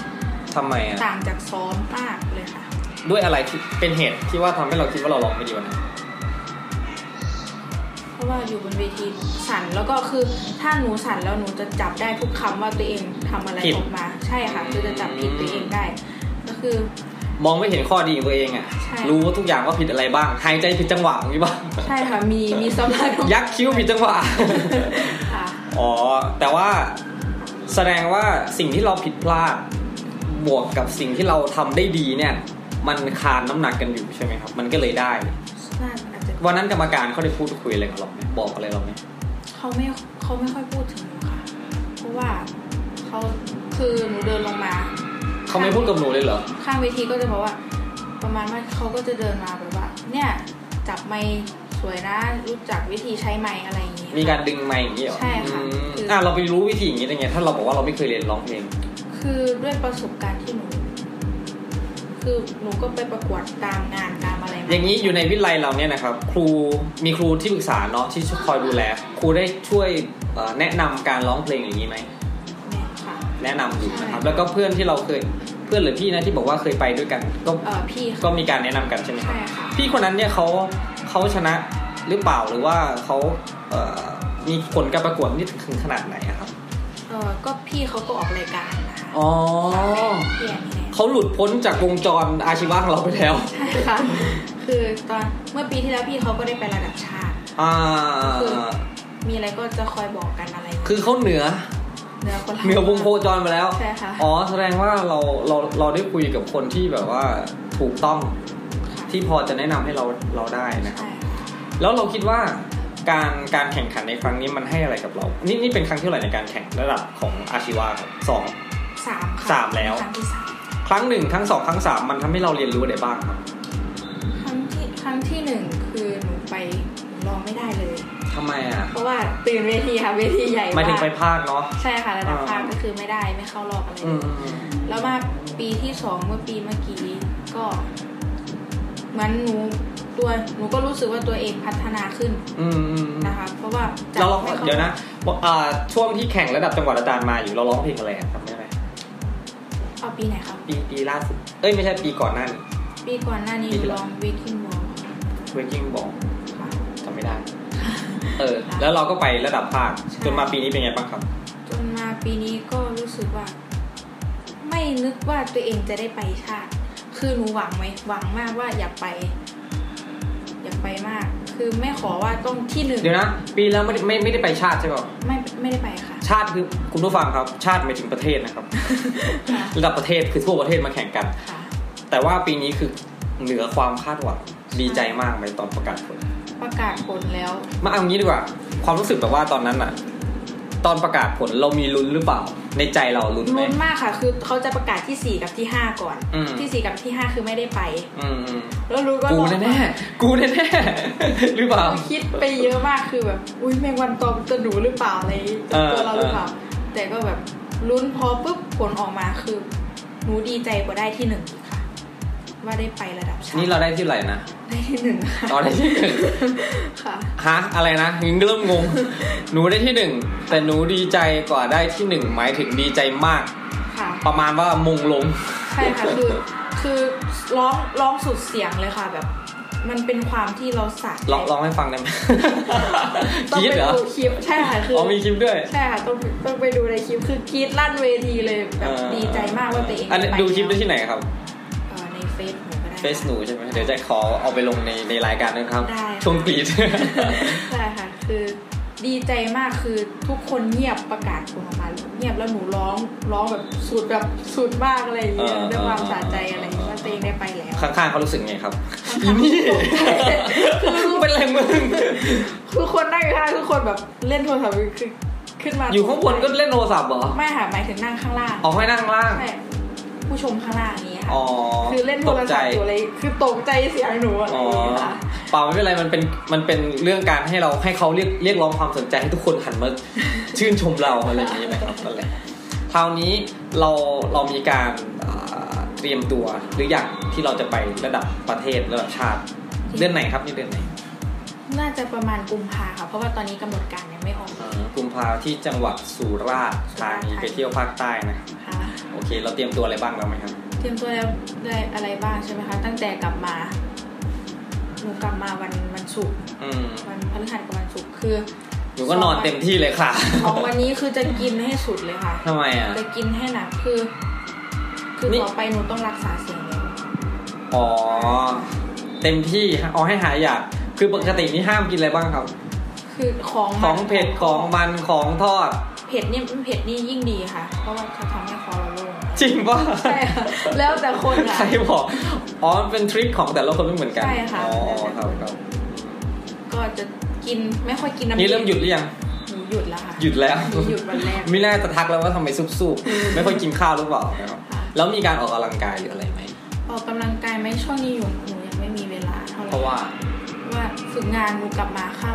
[SPEAKER 4] ทำไมอ่ะ
[SPEAKER 7] ต่างจากซ้อมมากเลยค่ะ
[SPEAKER 4] ด้วยอะไรที่เป็นเหตุที่ว่าทำให้เราคิดว่าเราร้องไม่ดีวันนั้น
[SPEAKER 7] เพราะว่าอยู่บนเวทีสั่นแล้วก็คือถ้าหนูสั่นแล้วหนูจะจับได้ทุกคำว่าตัวเองทำอะไรออกมา ใช่ค่ะ คือจะจับผิดตัวเองได้ ก็คือ
[SPEAKER 4] มองไม่เห็นข้อดีของตัวเองอ่ะ
[SPEAKER 7] ใช่
[SPEAKER 4] รู้ว่าทุกอย่างว่าผิดอะไรบ้างหายใจผิดจังหวะอย่างนี้บ้าง
[SPEAKER 7] ใช่ค่ะมีมีสมาธิ
[SPEAKER 4] ยักคิ้วผิดจังหวะ
[SPEAKER 7] ค่ะ
[SPEAKER 4] อ๋อ แต่ว่าแสดงว่าสิ่งที่เราผิดพลาด บวกกับสิ่งที่เราทำได้ดีเนี่ย มันคานน้ำหนักกันอยู่ใช่ไหมครับ มันก็เลยได้
[SPEAKER 7] น่าอาจจะ
[SPEAKER 4] วันนั้นกรรมการเขาได้พูดคุยอะไรกับเราไหมบอกอะไรเราไหม
[SPEAKER 7] เขาไม่เขาไม่ค่อยพูดถึงหนูค่ะ เพราะว่าเขาคือหนูเดินลงมา
[SPEAKER 4] เขาไม่พูดกับหนูเลยเหรอ
[SPEAKER 7] ข้างเวทีก็จะบอกว่า ประมาณว่าเขาก็จะเดินมาแบบว่า เนี่ยจับไม้สวยนะรู้จักวิธีใช้ไม้อะไรอย่างนี้ย
[SPEAKER 4] มีการดึงไมค์อย่างนี้เหรอ
[SPEAKER 7] ใช่ค่ะ
[SPEAKER 4] อืม
[SPEAKER 7] คือ
[SPEAKER 4] อ่ะเราไปรู้วิธีอย่างนี้ได้ไง ถ้าเราบอกว่าเราไม่เคยเรียนร้องเพลง
[SPEAKER 7] คือด้วยประสบการณ์ที่หนู คือหนูก็ไปประกวดตามงานตามอะไรม
[SPEAKER 4] อย่างนี้อยู่ในวิทยาลัยเราเนี่ยนะครับ ครูมีครูที่ปรึกษาเนาะที่คอยดูแล ครูได้ช่วยเอ่อแนะนำการร้องเพลงอย่างนี้ไหม
[SPEAKER 7] เนี่ยค่ะ
[SPEAKER 4] แนะนำอยู่นะครับ
[SPEAKER 7] ใช่
[SPEAKER 4] แล้วก็เพื่อนที่เราเคยเพื่อนหรือพี่นะที่บอกว่าเคยไปด้วยกัน ก็
[SPEAKER 7] เออพี่
[SPEAKER 4] ก็
[SPEAKER 7] เขา
[SPEAKER 4] มีการแนะนำกันใช่ไหมครั
[SPEAKER 7] ใช่
[SPEAKER 4] บ
[SPEAKER 7] ค่ะ
[SPEAKER 4] พี่คนนั้นเนี่ยเขาเขาชนะหรือเปล่าหรือว่าเขาเอ่อมีผลการประกวดนี่ถึงขนาดไหนอะครับ
[SPEAKER 7] เออก็พี่เขาก็ออกรายการนะคะ
[SPEAKER 4] อ๋อ
[SPEAKER 7] พี่แอนนี่แหละ
[SPEAKER 4] เขาหลุดพ้นจากวงจรอาชีวะของเราไปแล้ว
[SPEAKER 7] ใช่ค่ะ คือตอนเมื่อปีที่แล้วพี่เขาก็ได้ไประดับชาติ
[SPEAKER 4] อ่า
[SPEAKER 7] มีอะไรก็จะคอยบอกกันอะไรอย่างเงี้ย
[SPEAKER 4] คือเขาเหนือ
[SPEAKER 7] เหนือคนละ
[SPEAKER 4] เหนือวงโคจรไปแล้ว
[SPEAKER 7] ใช่ค่ะ
[SPEAKER 4] อ๋อแสดงว่าเราเราเราได้คุยกับคนที่แบบว่าถูกต้องที่พอจะแนะนำให้เราเราได้นะครับ
[SPEAKER 7] ใช่ค่ะ
[SPEAKER 4] แล้วเราคิดว่าการการแข่งขันในครั้งนี้มันให้อะไรกับเรา นี่นี่เป็นครั้งที่เท่าไหร่ในการแข่งระดับของอาชีวะครับสอง
[SPEAKER 7] สามค่ะ
[SPEAKER 4] สามแล้ว
[SPEAKER 7] ครั้งที่สาม
[SPEAKER 4] ครั้งหนึ่งครั้งสองครั้งสามมันทำให้เราเรียนรู้อะไรบ้างครับ
[SPEAKER 7] ครั้งที่ครั้งที่หนึ่งคือหนูไปลองไม่ได้เลย
[SPEAKER 4] ทำไมอ่ะ
[SPEAKER 7] เพราะว่าตื่นเวทีค่ะเวทีใหญ่
[SPEAKER 4] หมายถึงไป
[SPEAKER 7] มาก
[SPEAKER 4] ภาคเนาะ
[SPEAKER 7] ใช่ค่ะระดับภาคก็คือไม่ได้ไม่เข้ารอบอะไร
[SPEAKER 4] อืม
[SPEAKER 7] เลยแล้วมาปีที่สองเมื่อปีเมื่อกี้ก็เหมือนหนูตัวหนูก็รู้สึกว่าตัวเองพัฒนาขึ้น
[SPEAKER 4] อืมอืมอืม
[SPEAKER 7] นะคะ เพราะว่าจก
[SPEAKER 4] เราลอง
[SPEAKER 7] ไม่ข้ารอบ
[SPEAKER 4] เดี๋ยวนะบอกอ่าช่วงที่แข่งระดับจังหวัดอาจารย์มาอยู่เราร้องเพลงอะไรอะจำได้ไหม
[SPEAKER 7] เอาปีไหนครับ
[SPEAKER 4] ปีปีล่าสุดเอ้ยไม่ใช่ปีก่อนหน้านี้
[SPEAKER 7] ปีก่อนหน้านี้
[SPEAKER 4] ปีที่แล้
[SPEAKER 7] ล
[SPEAKER 4] ว
[SPEAKER 7] องวิกินวอล
[SPEAKER 4] Breaking Ball จำไม่ได้เออแล้วเราก็ไประดับภาค
[SPEAKER 7] ใช่
[SPEAKER 4] จนมาปีนี้เป็นไงบ้างครับ
[SPEAKER 7] จนมาปีนี้ก็รู้สึกว่า ไม่นึกว่าตัวเองจะได้ไปชาติ คือหนูหวังไหมหวังมากว่าอยากไป อยากไปมาก คือไม่ขอว่าต้องที่หนึ่ง
[SPEAKER 4] เดี๋ยวนะปีแล้วไม่ได้ไม่ไม่ได้ไปชาติใช่ป่ะ
[SPEAKER 7] ไม่ไม่ได้ไปค่ะ
[SPEAKER 4] ชาติคือคุณผู้ฟังครับ ชาติหมายถึงประเทศนะครับ ระดับประเทศคือทั่วประเทศมาแข่งกัน
[SPEAKER 7] ค่ะ
[SPEAKER 4] แต่ว่าปีนี้คือเหนือความคาดหวังดีใจมากไหมตอนประกาศผล
[SPEAKER 7] ประกาศผลแล้ว
[SPEAKER 4] มาเอางี้ดีกว่า ความรู้สึกแบบว่าตอนนั้นอะตอนประกาศผลเรามีลุ้นหรือเปล่า ในใจเราลุ้นไหม
[SPEAKER 7] ลุ้นมากค่ะ คือเขาจะประกาศที่สี่กับที่ห้าก่อน
[SPEAKER 4] อืม
[SPEAKER 7] ที่สี่กับที่ห้าคือไม่ได้ไป
[SPEAKER 4] อืมอืม
[SPEAKER 7] แล้วรู้ว่า
[SPEAKER 4] กู
[SPEAKER 7] รอด
[SPEAKER 4] แน่ๆกูแน่ๆหรือเปล่า
[SPEAKER 7] เราคิดไปเยอะมากคือแบบอุ้ยแมงวันตอมจะหนูหรือเปล่าอะไรจะตัวเราหรือเปล่า แต่ก็แบบลุ้นพอปุ๊บผลออกมาคือหนูดีใจกว่าได้ที่หนึ่งอีกค่ะ ว่าได้ไประดับชาติ
[SPEAKER 4] นี่เราได้ที่ไหนนะ
[SPEAKER 7] ได้ที่หนึ่งค่ะ
[SPEAKER 4] อ๋อได้ที่หนึ่ง
[SPEAKER 7] ค่ะ
[SPEAKER 4] ฮะอะไรนะยังเริ่มงง หนูได้ที่หนึ่งแต่หนูดีใจกว่าได้ที่หนึ่งหมายถึงดีใจมาก
[SPEAKER 7] ค่ะ
[SPEAKER 4] ประมาณว่ามงลง
[SPEAKER 7] ใช่ค่ะคือคือร้องร้องสุดเสียงเลยค่ะแบบ มันเป็นความที่เราสะใจ
[SPEAKER 4] ลองลองให้ฟัง
[SPEAKER 7] [LAUGHS]
[SPEAKER 4] ได้ไหม
[SPEAKER 7] ต้อง
[SPEAKER 4] คิด
[SPEAKER 7] ไป
[SPEAKER 4] เหรอ
[SPEAKER 7] ดูคลิปใช่ค่ะคือ
[SPEAKER 4] อ๋อ
[SPEAKER 7] อ
[SPEAKER 4] มีคลิปด้วย
[SPEAKER 7] ใช่ค่ะต้องต้องไปดูในคลิปคือกรีดลั่นเวทีเลยแบบดีใจมากว่าตัวเอง
[SPEAKER 4] อันนี้
[SPEAKER 7] ไป
[SPEAKER 4] ดูคลิปได้
[SPEAKER 7] แล้ว
[SPEAKER 4] ที่ไหนครับ
[SPEAKER 7] เอ่อในเฟซหนูก็ได้
[SPEAKER 4] เฟซหนูใช่ไหมเดี๋ยวจะขอเอาไปลงในในรายการนะครับ
[SPEAKER 7] ได้ค่ะ
[SPEAKER 4] ช่วงกรี
[SPEAKER 7] [LAUGHS]
[SPEAKER 4] ด
[SPEAKER 7] ใช่ค่ะ คือดีใจมากคือทุกคนเงียบประกาศผลออกมาเงียบแล้วหนูร้องร้องแบบสุดแบบสุดมากอะไรอย่างเงี้ย
[SPEAKER 4] เออ
[SPEAKER 7] ด้วยความสะใจอะไรอย่างเงี้ยว่าตัวเองได้ไปแล้ว
[SPEAKER 4] ข้างๆเขารู้สึกไงครับ [LAUGHS]
[SPEAKER 7] ข้างๆ
[SPEAKER 4] นี่
[SPEAKER 7] ตกใจ
[SPEAKER 4] เป็นไรมึง
[SPEAKER 7] คือคนนั่งอยู่ข้างคือคนแบบเล่นโทรศัพท์อยู่คือ ขึ้นมา
[SPEAKER 4] อยู่ข้างบนก็เล่นโทรศัพท์เหรอ
[SPEAKER 7] ไม่ค่ะหมายถึงนั่งข้างล่าง
[SPEAKER 4] ออกให้นั่งข้างล่าง
[SPEAKER 7] ใช่ผู้ชมข้างล่างนี้ค่ะ
[SPEAKER 4] อ๋อ
[SPEAKER 7] คือเล่นโท
[SPEAKER 4] ต
[SPEAKER 7] ร
[SPEAKER 4] กใจ
[SPEAKER 7] ศัพท์อยู่เลยคือตกใจเสียงหนูอะไร
[SPEAKER 4] อ๋
[SPEAKER 7] อ
[SPEAKER 4] อย่าง
[SPEAKER 7] เงี้ยค่ะ
[SPEAKER 4] เปล่าไม่เป็นไรมันเป็นมันเป็นเรื่องการให้เราให้เขาเรียกเรียกร้องความสนใจให้ทุกคนหันมา [LAUGHS] ชื่นชมเราอะไรอย่างนี้นะครับนั่นแหละคราวนี้เราเรามีการอ่าเตรียมตัวหรืออย่างที่เราจะไประดับประเทศระดับชาติเดือนไหนครับนี่เดือนไหน
[SPEAKER 7] น่าจะประมาณกุมภาค่ะ เพราะว่าตอนนี้กำหนดการยังไม่ออก
[SPEAKER 4] อ่ากุมภาที่จังหวัดสุราษฎร์ธานีไปเที่ยวภาคใต้นะครับ
[SPEAKER 7] ค่ะ
[SPEAKER 4] โอเค เราเตรียมตัวอะไรบ้างแล้วไหมครับ
[SPEAKER 7] เตรียมตัวแล้วได้อะไรบ้างใช่ไหมคะ ตั้งแต่กลับมาหนูกลับมาวันวันศุกร์
[SPEAKER 4] อืม
[SPEAKER 7] วันพฤหัสกับวันศุกร์คือ
[SPEAKER 4] หนูก็นอนเต็มที่เลยค่ะ [LAUGHS]
[SPEAKER 7] ของวันนี้คือจะกินให้สุดเลยค่ะ
[SPEAKER 4] ทำไมอ่ะ
[SPEAKER 7] จะกินให้หนักคือ คือ
[SPEAKER 4] นี่
[SPEAKER 7] ต่อไปหนูต้องรักษาเสียงแล้ว
[SPEAKER 4] อ๋อเต็มที่ฮะเอาให้หายอยากคือปกตินี่ห้ามกินอะไรบ้างครับ
[SPEAKER 7] คือของ
[SPEAKER 4] ข
[SPEAKER 7] มั
[SPEAKER 4] องเผ็ดของมันของทอด
[SPEAKER 7] เผ็ดเนี่ยเผ็ดนี่ยิ่งดีค่ะ เพราะว่าจะทำให้คอเราโล่ง
[SPEAKER 4] จริงป่ะ
[SPEAKER 7] ใช่ค่ะแล้วแต่คนอะ
[SPEAKER 4] ใครบอก อ๋อมันเป็นทริคของแต่ละคนไม่เหมือนกัน
[SPEAKER 7] ใช่ค่ะ
[SPEAKER 4] อ๋อ
[SPEAKER 7] แล้ว
[SPEAKER 4] ค
[SPEAKER 7] แต่
[SPEAKER 4] รับ
[SPEAKER 7] คน
[SPEAKER 4] ครับ
[SPEAKER 7] ก็จะกินไม่ค่อยกินน้ำ
[SPEAKER 4] นี่เริ่มหยุดหรือยัง
[SPEAKER 7] หนูหยุดแล้วค่ะ
[SPEAKER 4] หยุดแล้ว
[SPEAKER 7] นูหยุดวันแรก
[SPEAKER 4] ไม่น่าจะทักแล้วว่าทำไมซุบๆ ไม่ค่อยกินข้าวหรือเปล่านะครับ
[SPEAKER 7] ค่ะ
[SPEAKER 4] แล้วมีการออกกำลังกายหรืออะไรไหม
[SPEAKER 7] ออกกำลังกายไหมช่วงนี้อยู่หนูยังไม่มีเวลาเท่าไห
[SPEAKER 4] เพ
[SPEAKER 7] ร่
[SPEAKER 4] ราะว่า
[SPEAKER 7] ว่าฝึกงานหนูกลับมาค่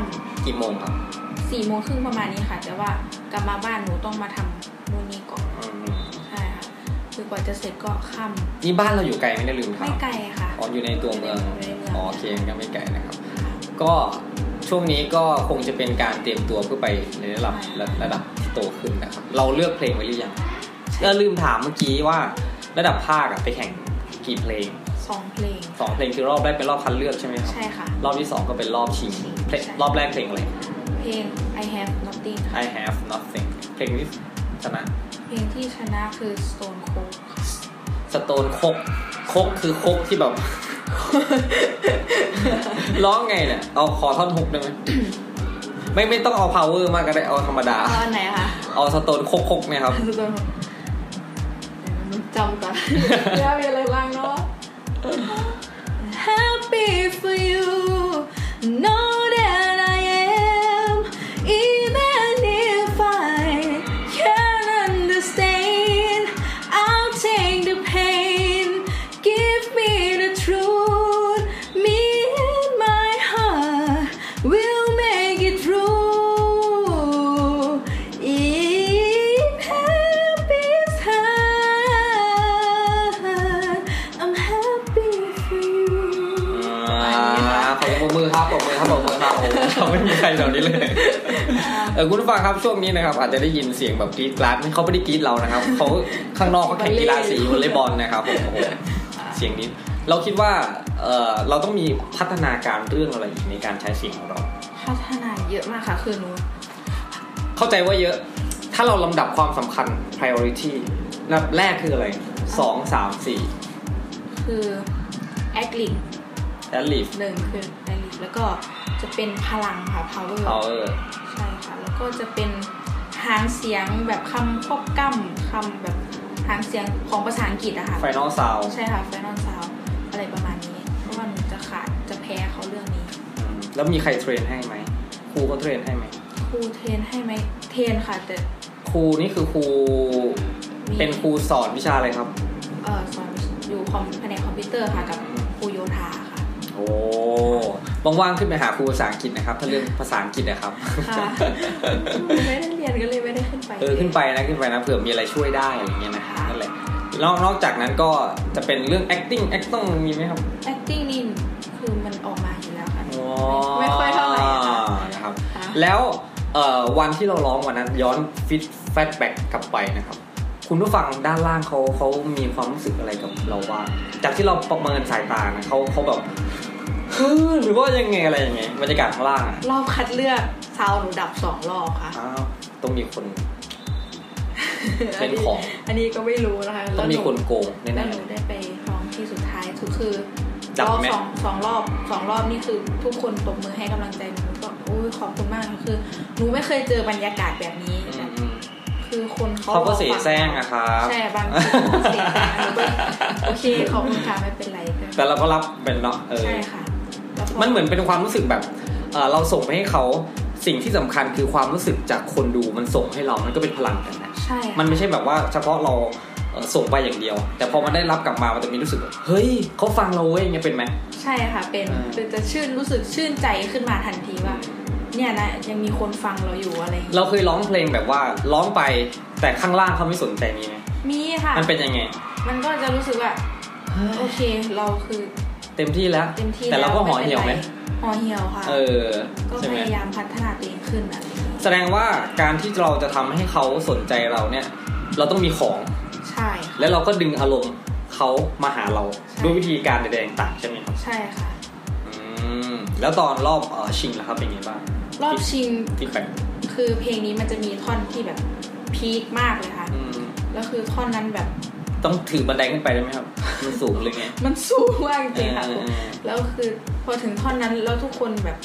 [SPEAKER 4] กี่โมงครับ
[SPEAKER 7] ำสี่โมงครึ่งประมาณนี้ค่ะ แต่ว่ากลับมาบ้านหนูต้องมาทำนู่นนี่ก่อน
[SPEAKER 4] อืม
[SPEAKER 7] ใช่ค่ะ คือกว่าจะเสร็จก็ค่
[SPEAKER 4] นี่บ้านเราอยู่ไกลไหมเนี่ยลืม
[SPEAKER 7] ำ
[SPEAKER 4] ครั
[SPEAKER 7] ไม่
[SPEAKER 4] บ
[SPEAKER 7] ไกลค่ะ
[SPEAKER 4] อ๋ออยู่ในตัวเมือง
[SPEAKER 7] อยู่ในเมือง
[SPEAKER 4] อ๋อโอเคงั้นก็ไม่ไกลนะครับ ก็ช่วงนี้ก็คงจะเป็นการเตรียมตัวเพื่อไปในระดับระดับที่โตขึ้นนะครับ เราเลือกเพลงไว้หรือยังเออลืมถามเมื่อกี้ว่าระดับภาคอะไปแข่งกี่เพลง
[SPEAKER 7] สองเพลง
[SPEAKER 4] สองเพลงคือรอบแรกเป็นรอบคัดเลือกใช่ไหมครับ
[SPEAKER 7] ใช่ค่ะ
[SPEAKER 4] รอบที่สองก็เป็นรอบชิงเพลง
[SPEAKER 7] ใช่
[SPEAKER 4] รอบแรกเพลงอะไร
[SPEAKER 7] เพลง I Have Nothing ค่ะ
[SPEAKER 4] I have nothing เพลงนี้ชนะ
[SPEAKER 7] เพลงที่ชนะคือ Stone Cold [LAUGHS] ค่ะ
[SPEAKER 4] สโตนคกคกคือคกที่แบบ [LAUGHS] ร้องไงเนี่ยเอาขอท่อนฮุกได้ไหม ไม่ไม่ต้องเอา power มากก็ได้เอาธรรมดา
[SPEAKER 7] เอาอันไหนคะ
[SPEAKER 4] เอาสโตนคกคกไหมครับ
[SPEAKER 7] [LAUGHS] สโตนจำก่อน เดี๋ยวมีอะไรบ้างเนาะ Happy for you Know that I am Even if I can't understand I'll take the pain Give me the truth Me and my heart Will make it through If happy is hard I'm happy for you
[SPEAKER 4] อ่าขอบคุณปรบมือครับปรบมือครับปรบมือครับโอ้โหเขาไม่มีใครเหล่านี้เลย เออคุณผู้ฟังครับช่วงนี้นะครับ อาจจะได้ยินเสียงแบบกรี๊ดกราดไม่เขาไม่ได้กรี๊ดเรานะครับเขาข้างนอกเขาแข่งกีฬาสีวอลเลย์บอลนะครับผมโอ้โหเสียงนี้ เราคิดว่าเออเราต้องมีพัฒนาการเรื่องอะไรอีกในการใช้เสียงของเรา
[SPEAKER 7] พัฒนาเยอะมากค่ะ คือหนู
[SPEAKER 4] เข้าใจว่าเยอะ ถ้าเราลำดับความสำคัญ priority ลำดับแรกคืออะไรสองสามสี่
[SPEAKER 7] คือแอคลิก
[SPEAKER 4] แอลลีฟ
[SPEAKER 7] หนึ่งคือแอคลิกแล้วก็จะเป็นพลังค่ะ power
[SPEAKER 4] พาวเวอร์
[SPEAKER 7] ใช่ค่ะ แล้วก็จะเป็นหางเสียงแบบคำควบกล้ำคำแบบหางเสียงของภาษาอังกฤษอะค่ะ
[SPEAKER 4] ไฟนอลซาว
[SPEAKER 7] ใช่ค่ะ แฟนอนซาวอะไรประมาณนี้ เพราะว่าหนูจะขาดจะแพ้เขาเรื่องนี้
[SPEAKER 4] แล้วมีใครเทรนให้ไหมครูก็เทรนให้ไหม
[SPEAKER 7] ครูเทรนให้ไหมเทรนค่ะ แต่
[SPEAKER 4] ครูนี่คือครู
[SPEAKER 7] มี
[SPEAKER 4] เป็นครูสอนวิชาอะไรครับ
[SPEAKER 7] เอ่อสอนอยู่คอมแผนกคอมพิวเตอร์ค่ะ กับครูโยธาค่ะ
[SPEAKER 4] โอ้ว่างๆขึ้นไปหาครูภาษาอังกฤษนะครับ ถ้าเรื่องภาษาอังกฤษนะครับ
[SPEAKER 7] ค่ะ ไม่ได้เรียนก็เลยไม่ได้ขึ้นไป
[SPEAKER 4] เออขึ้นไปนะขึ้นไปนะเผื่อมีอะไรช่วยได้อะไรอย่างเงี้ยนะ
[SPEAKER 7] ค่ะ
[SPEAKER 4] นั่นแหละนอกนอกจากนั้นก็จะเป็นเรื่อง acting acting มีไหมครับ
[SPEAKER 7] acting นี่คือมันออกมาอยู่แล้วค่ะ
[SPEAKER 4] อ๋อ
[SPEAKER 7] ไม่ค่อยเท่าไหร่อะค่ะ
[SPEAKER 4] นะครับ
[SPEAKER 7] ค่ะ
[SPEAKER 4] แล้วเอ่อวันที่เราร้องวันนั้นย้อนฟิตแฟตแบ็กกลับไปนะครับ คุณผู้ฟังด้านล่างเขาเขามีความรู้สึกอะไรกับเราบ้างจากที่เราประเมินสายตานะเขาเขาแบบเฮ้อหรือว่ายังไงอะไรยังไงบรรยากาศข้างล่างอะ
[SPEAKER 7] รอบคัดเลือกซาวหนูดับสองรอบค่ะ
[SPEAKER 4] อ้าวต้องมีคน เป็นของ
[SPEAKER 7] อันนี้ก็ไม่รู้นะคะ
[SPEAKER 4] ต้องมีคนโกงแน่
[SPEAKER 7] แล้วห
[SPEAKER 4] ๆ
[SPEAKER 7] นูได้ไปร้องที่สุดท้ายทุกคือ
[SPEAKER 4] ดั
[SPEAKER 7] ร
[SPEAKER 4] บ
[SPEAKER 7] อบ
[SPEAKER 4] ไหม
[SPEAKER 7] สองสองรอบสองรอบนี่คือทุกคนตบมือให้กำลังใจหนูก็โอ้ยขอบคุณมากค่ะคือหนูไม่เคยเจอบรรยากาศแบบนี้
[SPEAKER 4] อื
[SPEAKER 7] แบบ
[SPEAKER 4] มอืม
[SPEAKER 7] คือคนเขา
[SPEAKER 4] เขาก็เสียแซงอะครับ
[SPEAKER 7] ใช่บางทีเขาเสียแซงหนูก็โอเคขอบคุณค่ะไม่เป็นไรก็
[SPEAKER 4] แต่เราก็รับเป็นเนาะเออ
[SPEAKER 7] ใช่ค่ะแล้วพ
[SPEAKER 4] มันเหมือนเป็นความรู้สึกแบบเอ่อเราส่งไปให้เขา สิ่งที่สำคัญคือความรู้สึกจากคนดูมันส่งให้เรามันก็เป็นพลังกันนะ
[SPEAKER 7] ใช่ค่ะ
[SPEAKER 4] มันไม่ใช่แบบว่าเฉพาะเราเอ่อส่งไปอย่างเดียว แต่พอมันได้รับกลับมามันจะมีรู้สึกว่าเฮ้ยเขาฟังเราเว้ยอย่างเงี้ยเป็นไหม
[SPEAKER 7] ใช่ค่ะเป็น
[SPEAKER 4] อ่า
[SPEAKER 7] เป็นจะชื่นรู้สึกชื่นใจขึ้นมาทันทีว่า เนี่ยนะยังมีคนฟังเราอยู่อะไรอย่างเงี้ย
[SPEAKER 4] เราเคยร้องเพลงแบบว่าร้องไปแต่ข้างล่างเขาไม่สนใจมีไหม
[SPEAKER 7] มีค่ะ
[SPEAKER 4] มันเป็นยังไง
[SPEAKER 7] มันก็จะรู้สึกว่าโอเคเราคือ
[SPEAKER 4] เต็มที่แล้ว
[SPEAKER 7] เต็มที่
[SPEAKER 4] แต่เราก็
[SPEAKER 7] แล้
[SPEAKER 4] ห่อ
[SPEAKER 7] ป็น
[SPEAKER 4] เหี่ยวไหม
[SPEAKER 7] ห่อเหี่ยวค่ะ
[SPEAKER 4] เออ
[SPEAKER 7] ก็
[SPEAKER 4] ใช่
[SPEAKER 7] พ
[SPEAKER 4] ไหม
[SPEAKER 7] ยายามพัฒนาตัวเองขึ้นอะไรอย่างเงี้ย
[SPEAKER 4] แสดงว่าการที่เราจะทำให้เขาสนใจเราเนี่ย เราต้องมีของ
[SPEAKER 7] ใช่ค่ะ
[SPEAKER 4] แล้วเราก็ดึงอารมณ์เขามาหาเรา
[SPEAKER 7] ใช่
[SPEAKER 4] ด้วยวิธีการแสดงต่างใช่ไหมครับ
[SPEAKER 7] ใช่ค่ะ
[SPEAKER 4] อืมแล้วตอนรอบเอ่อชิงล่ะครับเป็นไงบ้าง
[SPEAKER 7] รอบชิง
[SPEAKER 4] ที่แปด
[SPEAKER 7] คือเพลงนี้มันจะมีท่อนที่แบบพีคมากเลยค่ะ
[SPEAKER 4] อืม
[SPEAKER 7] แล้วคือท่อนนั้นแบบ
[SPEAKER 4] ต้องถือบันไดขึ้นไปได้ไหมครับ มันสูงหรือไง
[SPEAKER 7] มันสู้มากจริงๆค่ะ
[SPEAKER 4] เออ
[SPEAKER 7] แล้วคือพอถึงท่อนนั้นแล้วทุกคนแบบ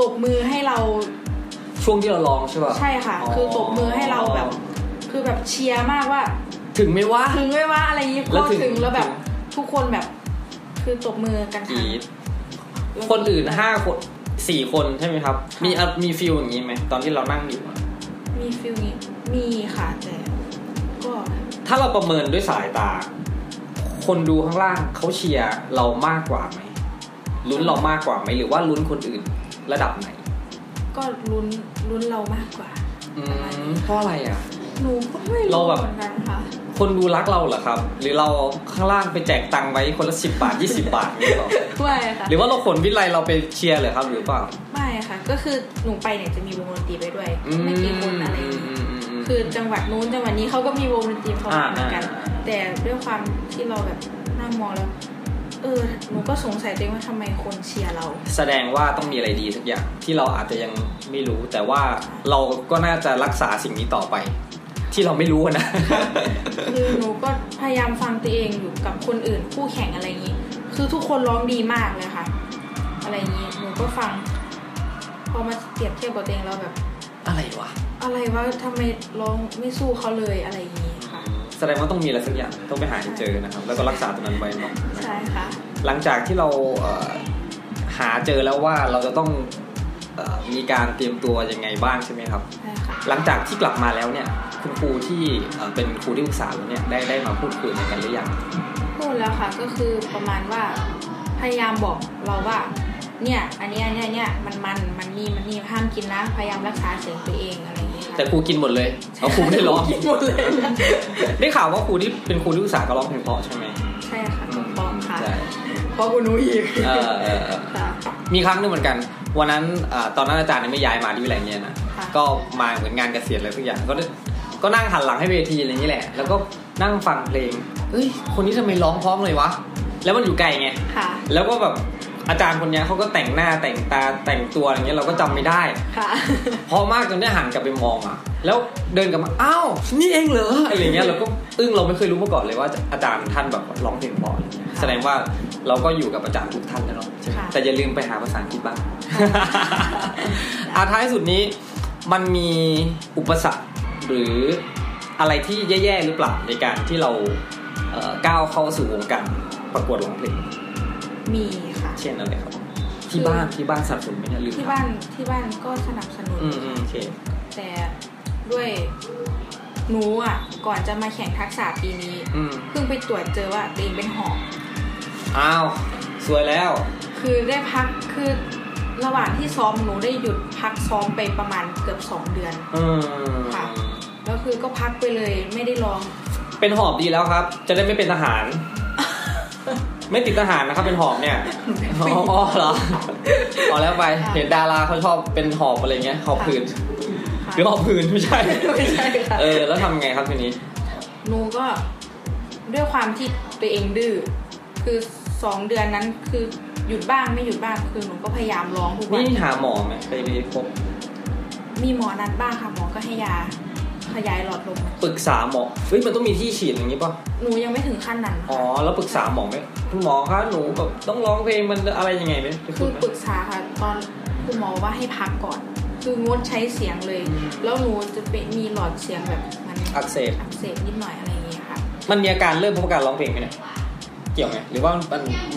[SPEAKER 7] ตบมือให้เรา
[SPEAKER 4] ช่วงที่เราลองใช่ป่ะ
[SPEAKER 7] ใช่ค่ะ คือตบมือให้เราแบบ คือแบบเชียร์มากว่า
[SPEAKER 4] ถึงไหม่ว่า
[SPEAKER 7] ถึงไหมวะอะไรอย่างงี้พ
[SPEAKER 4] แล้ว
[SPEAKER 7] อ
[SPEAKER 4] ถึง
[SPEAKER 7] ถึงแล้วแบบทุกคนแบบ คือตบมือกัน
[SPEAKER 4] กี่
[SPEAKER 7] แล้ว
[SPEAKER 4] คนอื่นห้าคนสี่คนใช่ไหมครับ มีอ่ะมีฟิลอย่างนี้ไหมตอนที่เรานั่งอยู่อะ
[SPEAKER 7] มีฟิลนี้มีค่ะแต่ก็
[SPEAKER 4] ถ้าเราประเมินด้วยสายตา คนดูข้างล่างเขาเชียร์เรามากกว่าไหมลุ้นเรามากกว่าไหมหรือว่าลุ้นคนอื่นระดับไหน
[SPEAKER 7] ก็ลุ้นลุ้นเรามากกว่า
[SPEAKER 4] อืมเพราะอะไรอ่ะ
[SPEAKER 7] หนูก็ไม่
[SPEAKER 4] เรา
[SPEAKER 7] รู้
[SPEAKER 4] แบบ
[SPEAKER 7] เหมือนกันค่ะ
[SPEAKER 4] คนดูรักเราเหรอครับ หรือเราข้างล่างไปแจกตังค์ไว้คนละสิบบาทยี่สิบาทนี่หรอ
[SPEAKER 7] ไม่ค่ะ
[SPEAKER 4] หรือว่าเราขนวิไลเราไปเชียร์เหรอครับ หรือเปล่า
[SPEAKER 7] ไม่ค่ะ ก็คือหนูไปเนี่ยจะมีวงดนตรีไปด้วย ไม่กี่คนอะไรอย่างงี้
[SPEAKER 4] มมม
[SPEAKER 7] คือจังหวัดนู้นจังหวัดนี้เขาก็มีวงดนตรีเขาเหมือนกัน
[SPEAKER 4] อ่าอ่าอ่า
[SPEAKER 7] แต่ด้วยความที่เราแบบหน้ามองแล้ว เออหนูก็สงสัยตัวเองว่าทำไมคนเชียร์เรา
[SPEAKER 4] แสดงว่าต้องมีอะไรดีสักอย่างที่เราอาจจะยังไม่รู้ แต่ว่าเราก็น่าจะรักษาสิ่งนี้ต่อไป ที่เราไม่รู้อะนะ [LAUGHS]
[SPEAKER 7] คือหนูก็พยายามฟังตัวเองอยู่กับคนอื่นคู่แข่งอะไรอย่างนี้ คือทุกคนร้องดีมากเลยค่ะ อะไรอย่างนี้หนูก็ฟัง พอมาเปรียบเทียบกับตัวเองแล้วแบบ
[SPEAKER 4] อะไรวะ
[SPEAKER 7] อะไรวะทำไมร้องไม่สู้เขาเลยอะไรอย่างนี้ค่ะ
[SPEAKER 4] แสดงว่าต้องมีอะไรสักอย่างต้องไปหาให้เจอนะครับ แล้วก็รักษาตรงนั้นไว้เนาะ
[SPEAKER 7] ใช่ค่ะ
[SPEAKER 4] หลังจากที่เราเอ่อหาเจอแล้วว่าเราจะต้องเอ่อมีการเตรียมตัวยังไงบ้างใช่ไหมครับ
[SPEAKER 7] ใช่ค่ะ
[SPEAKER 4] หลังจากที่กลับมาแล้วเนี่ย คุณครูที่เอ่อเป็นครูที่ปรึกษาเราเนี่ยได้ได้มาพูดคุยกันหรือยัง
[SPEAKER 7] พูดแล้วค่ะก็คือประมาณว่าพยายามบอกเราว่า เนี่ยอันเนี้ยอันเนี้ยอันเนี้ยมันมันมันนี่มันนี่ห้ามกินนะพยายามรักษาเสียงตัวเองอะไรอย่างเงี้ยค่ะ
[SPEAKER 4] แต่ครูกินหมดเลยเอาครูไม่ได้ร้อง
[SPEAKER 7] กินหมดเลย
[SPEAKER 4] ได้ข่าวว่าครูที่เป็นครูที่ปรึกษาก็ร้องเพลงเพราะใช่ไหม
[SPEAKER 7] ใช่ค่ะถูกต้องค่ะ
[SPEAKER 4] ใช่
[SPEAKER 7] เพราะคุณนุ้ยอีก
[SPEAKER 4] เออเออเออ
[SPEAKER 7] ค่ะ
[SPEAKER 4] มีครั้งหนึงเหมือนกัน วันนั้นเอ่อตอนนั้นอาจารย์ยังไม่ย้ายมาที่วิทยาลัยเนี่ยนะ
[SPEAKER 7] ค่ะ
[SPEAKER 4] ก็มาเหมือนงานเกษียณอะไรสักอย่าง ก็ได้ก็นั่งหันหลังให้เวทีอะไรอย่างนี้แหละ แล้วก็นั่งฟังเพลง เอ้ย คนนี้ทำไมร้องเพร้อมเลยวะ แล้วมันอยู่ไกลไง
[SPEAKER 7] ค่ะ
[SPEAKER 4] แล้วก็แบบอาจารย์คนเนี้ยเขาก็แต่งหน้าแต่งตาแต่งตัวอะไรเงี้ยเราก็จำไม่ได้
[SPEAKER 7] ค่ะ
[SPEAKER 4] พอมากจนได้หันกลับไปมองอ่ะ แล้วเดินกลับมาอ้าวนี่เองเหรออะไรเงี้ยเราก็อึ้งเราไม่เคยรู้มาก่อนเลยว่าอาจารย์ท่านแบบร้องเพลงเพราะอะไรเงี้ย
[SPEAKER 7] ค่ะ
[SPEAKER 4] แสดงว่าเราก็อยู่กับอาจารย์ทุกท่านแล้วเนาะใช่ไหม
[SPEAKER 7] ค่ะ
[SPEAKER 4] แต่อย่าลืมไปหาภาษาอังกฤษบ้าง [LAUGHS] อาท้ายสุดนี้มันมีอุปสรรคหรืออะไรที่แย่ๆหรือเปล่าในการที่เราเอ่อก้าวเข้าสู่วงการประกวดร้องเพลง
[SPEAKER 7] มีค่ะ
[SPEAKER 4] เช่นอะไรครับ ที่บ้านที่บ้านสนับสนุนไหมเนี่ยลืม
[SPEAKER 7] ที่
[SPEAKER 4] ถาม
[SPEAKER 7] บ้านที่บ้านก็สนับสนุน
[SPEAKER 4] อืมอืมโอเค
[SPEAKER 7] แต่ด้วยหนูอ่ะ ก่อนจะมาแข่งทักษะปีนี้
[SPEAKER 4] อืม
[SPEAKER 7] เพิ่งไปตรวจเจอว่าตัวเองเป็นหอบ
[SPEAKER 4] อ้าวสวยแล้ว
[SPEAKER 7] คือได้พักคือระหว่างที่ซ้อมหนูได้หยุดพักซ้อมไปประมาณเกือบสองเดือน
[SPEAKER 4] อืม
[SPEAKER 7] ค่ะ แล้วคือก็พักไปเลยไม่ได้ลอง
[SPEAKER 4] เป็นหอบดีแล้วครับ จะได้ไม่เป็นทหาร
[SPEAKER 7] [LAUGHS]
[SPEAKER 4] ไม่ติดทหารนะครับ เป็นหอบเนี่ยอ๋ออ๋อเหรอเอาแล้วไป
[SPEAKER 7] ค่ะ
[SPEAKER 4] เห็นดาราเขาชอบเป็นหอบอะไรเงี้ยหอบผืน
[SPEAKER 7] ค่ะ
[SPEAKER 4] หรือหอบผืนไม่ใช่
[SPEAKER 7] ไม่ใช่ค่ะ
[SPEAKER 4] เออ แล้วทำไงครับทีนี้
[SPEAKER 7] [LAUGHS] หนูก็ด้วยความที่ตัวเองดื้อคือสองเดือนนั้นคือหยุดบ้างไม่หยุดบ้างคือหนูก็พยายามร้องทุกวัน
[SPEAKER 4] นี่หาหมอไหมไปไปพบ
[SPEAKER 7] มีหมอนัดบ้างค่ะหมอก็ให้ยาขยายหลอดลม
[SPEAKER 4] ปรึกษาหมอเฮ้ยมันต้องมีที่ฉีดอย่างนี้ป่ะ
[SPEAKER 7] หนูยังไม่ถึงขั้นนั้น
[SPEAKER 4] อ๋อแล้วปรึกษาหมอไหมคุณหมอคะหนูแบบต้องร้องเพลงมันอะไรยังไงไหมไป
[SPEAKER 7] คื
[SPEAKER 4] คุ
[SPEAKER 7] อย
[SPEAKER 4] ไหม
[SPEAKER 7] ปรึกษาค่ะตอนคุณหมอว่าให้พักก่อน คืองดใช้เสียงเลย แล้วหนูจะเป็นมีหลอดเสียงแบบมัน
[SPEAKER 4] อักเสบ
[SPEAKER 7] อักเสบนิดหน่อยอะไรอย่างเงี้ยค่ะ
[SPEAKER 4] มันมีอาการเริ่มเพราะการร้องเพลงไหมเนี่ยเกี่ยวไหมหรือว่ามัน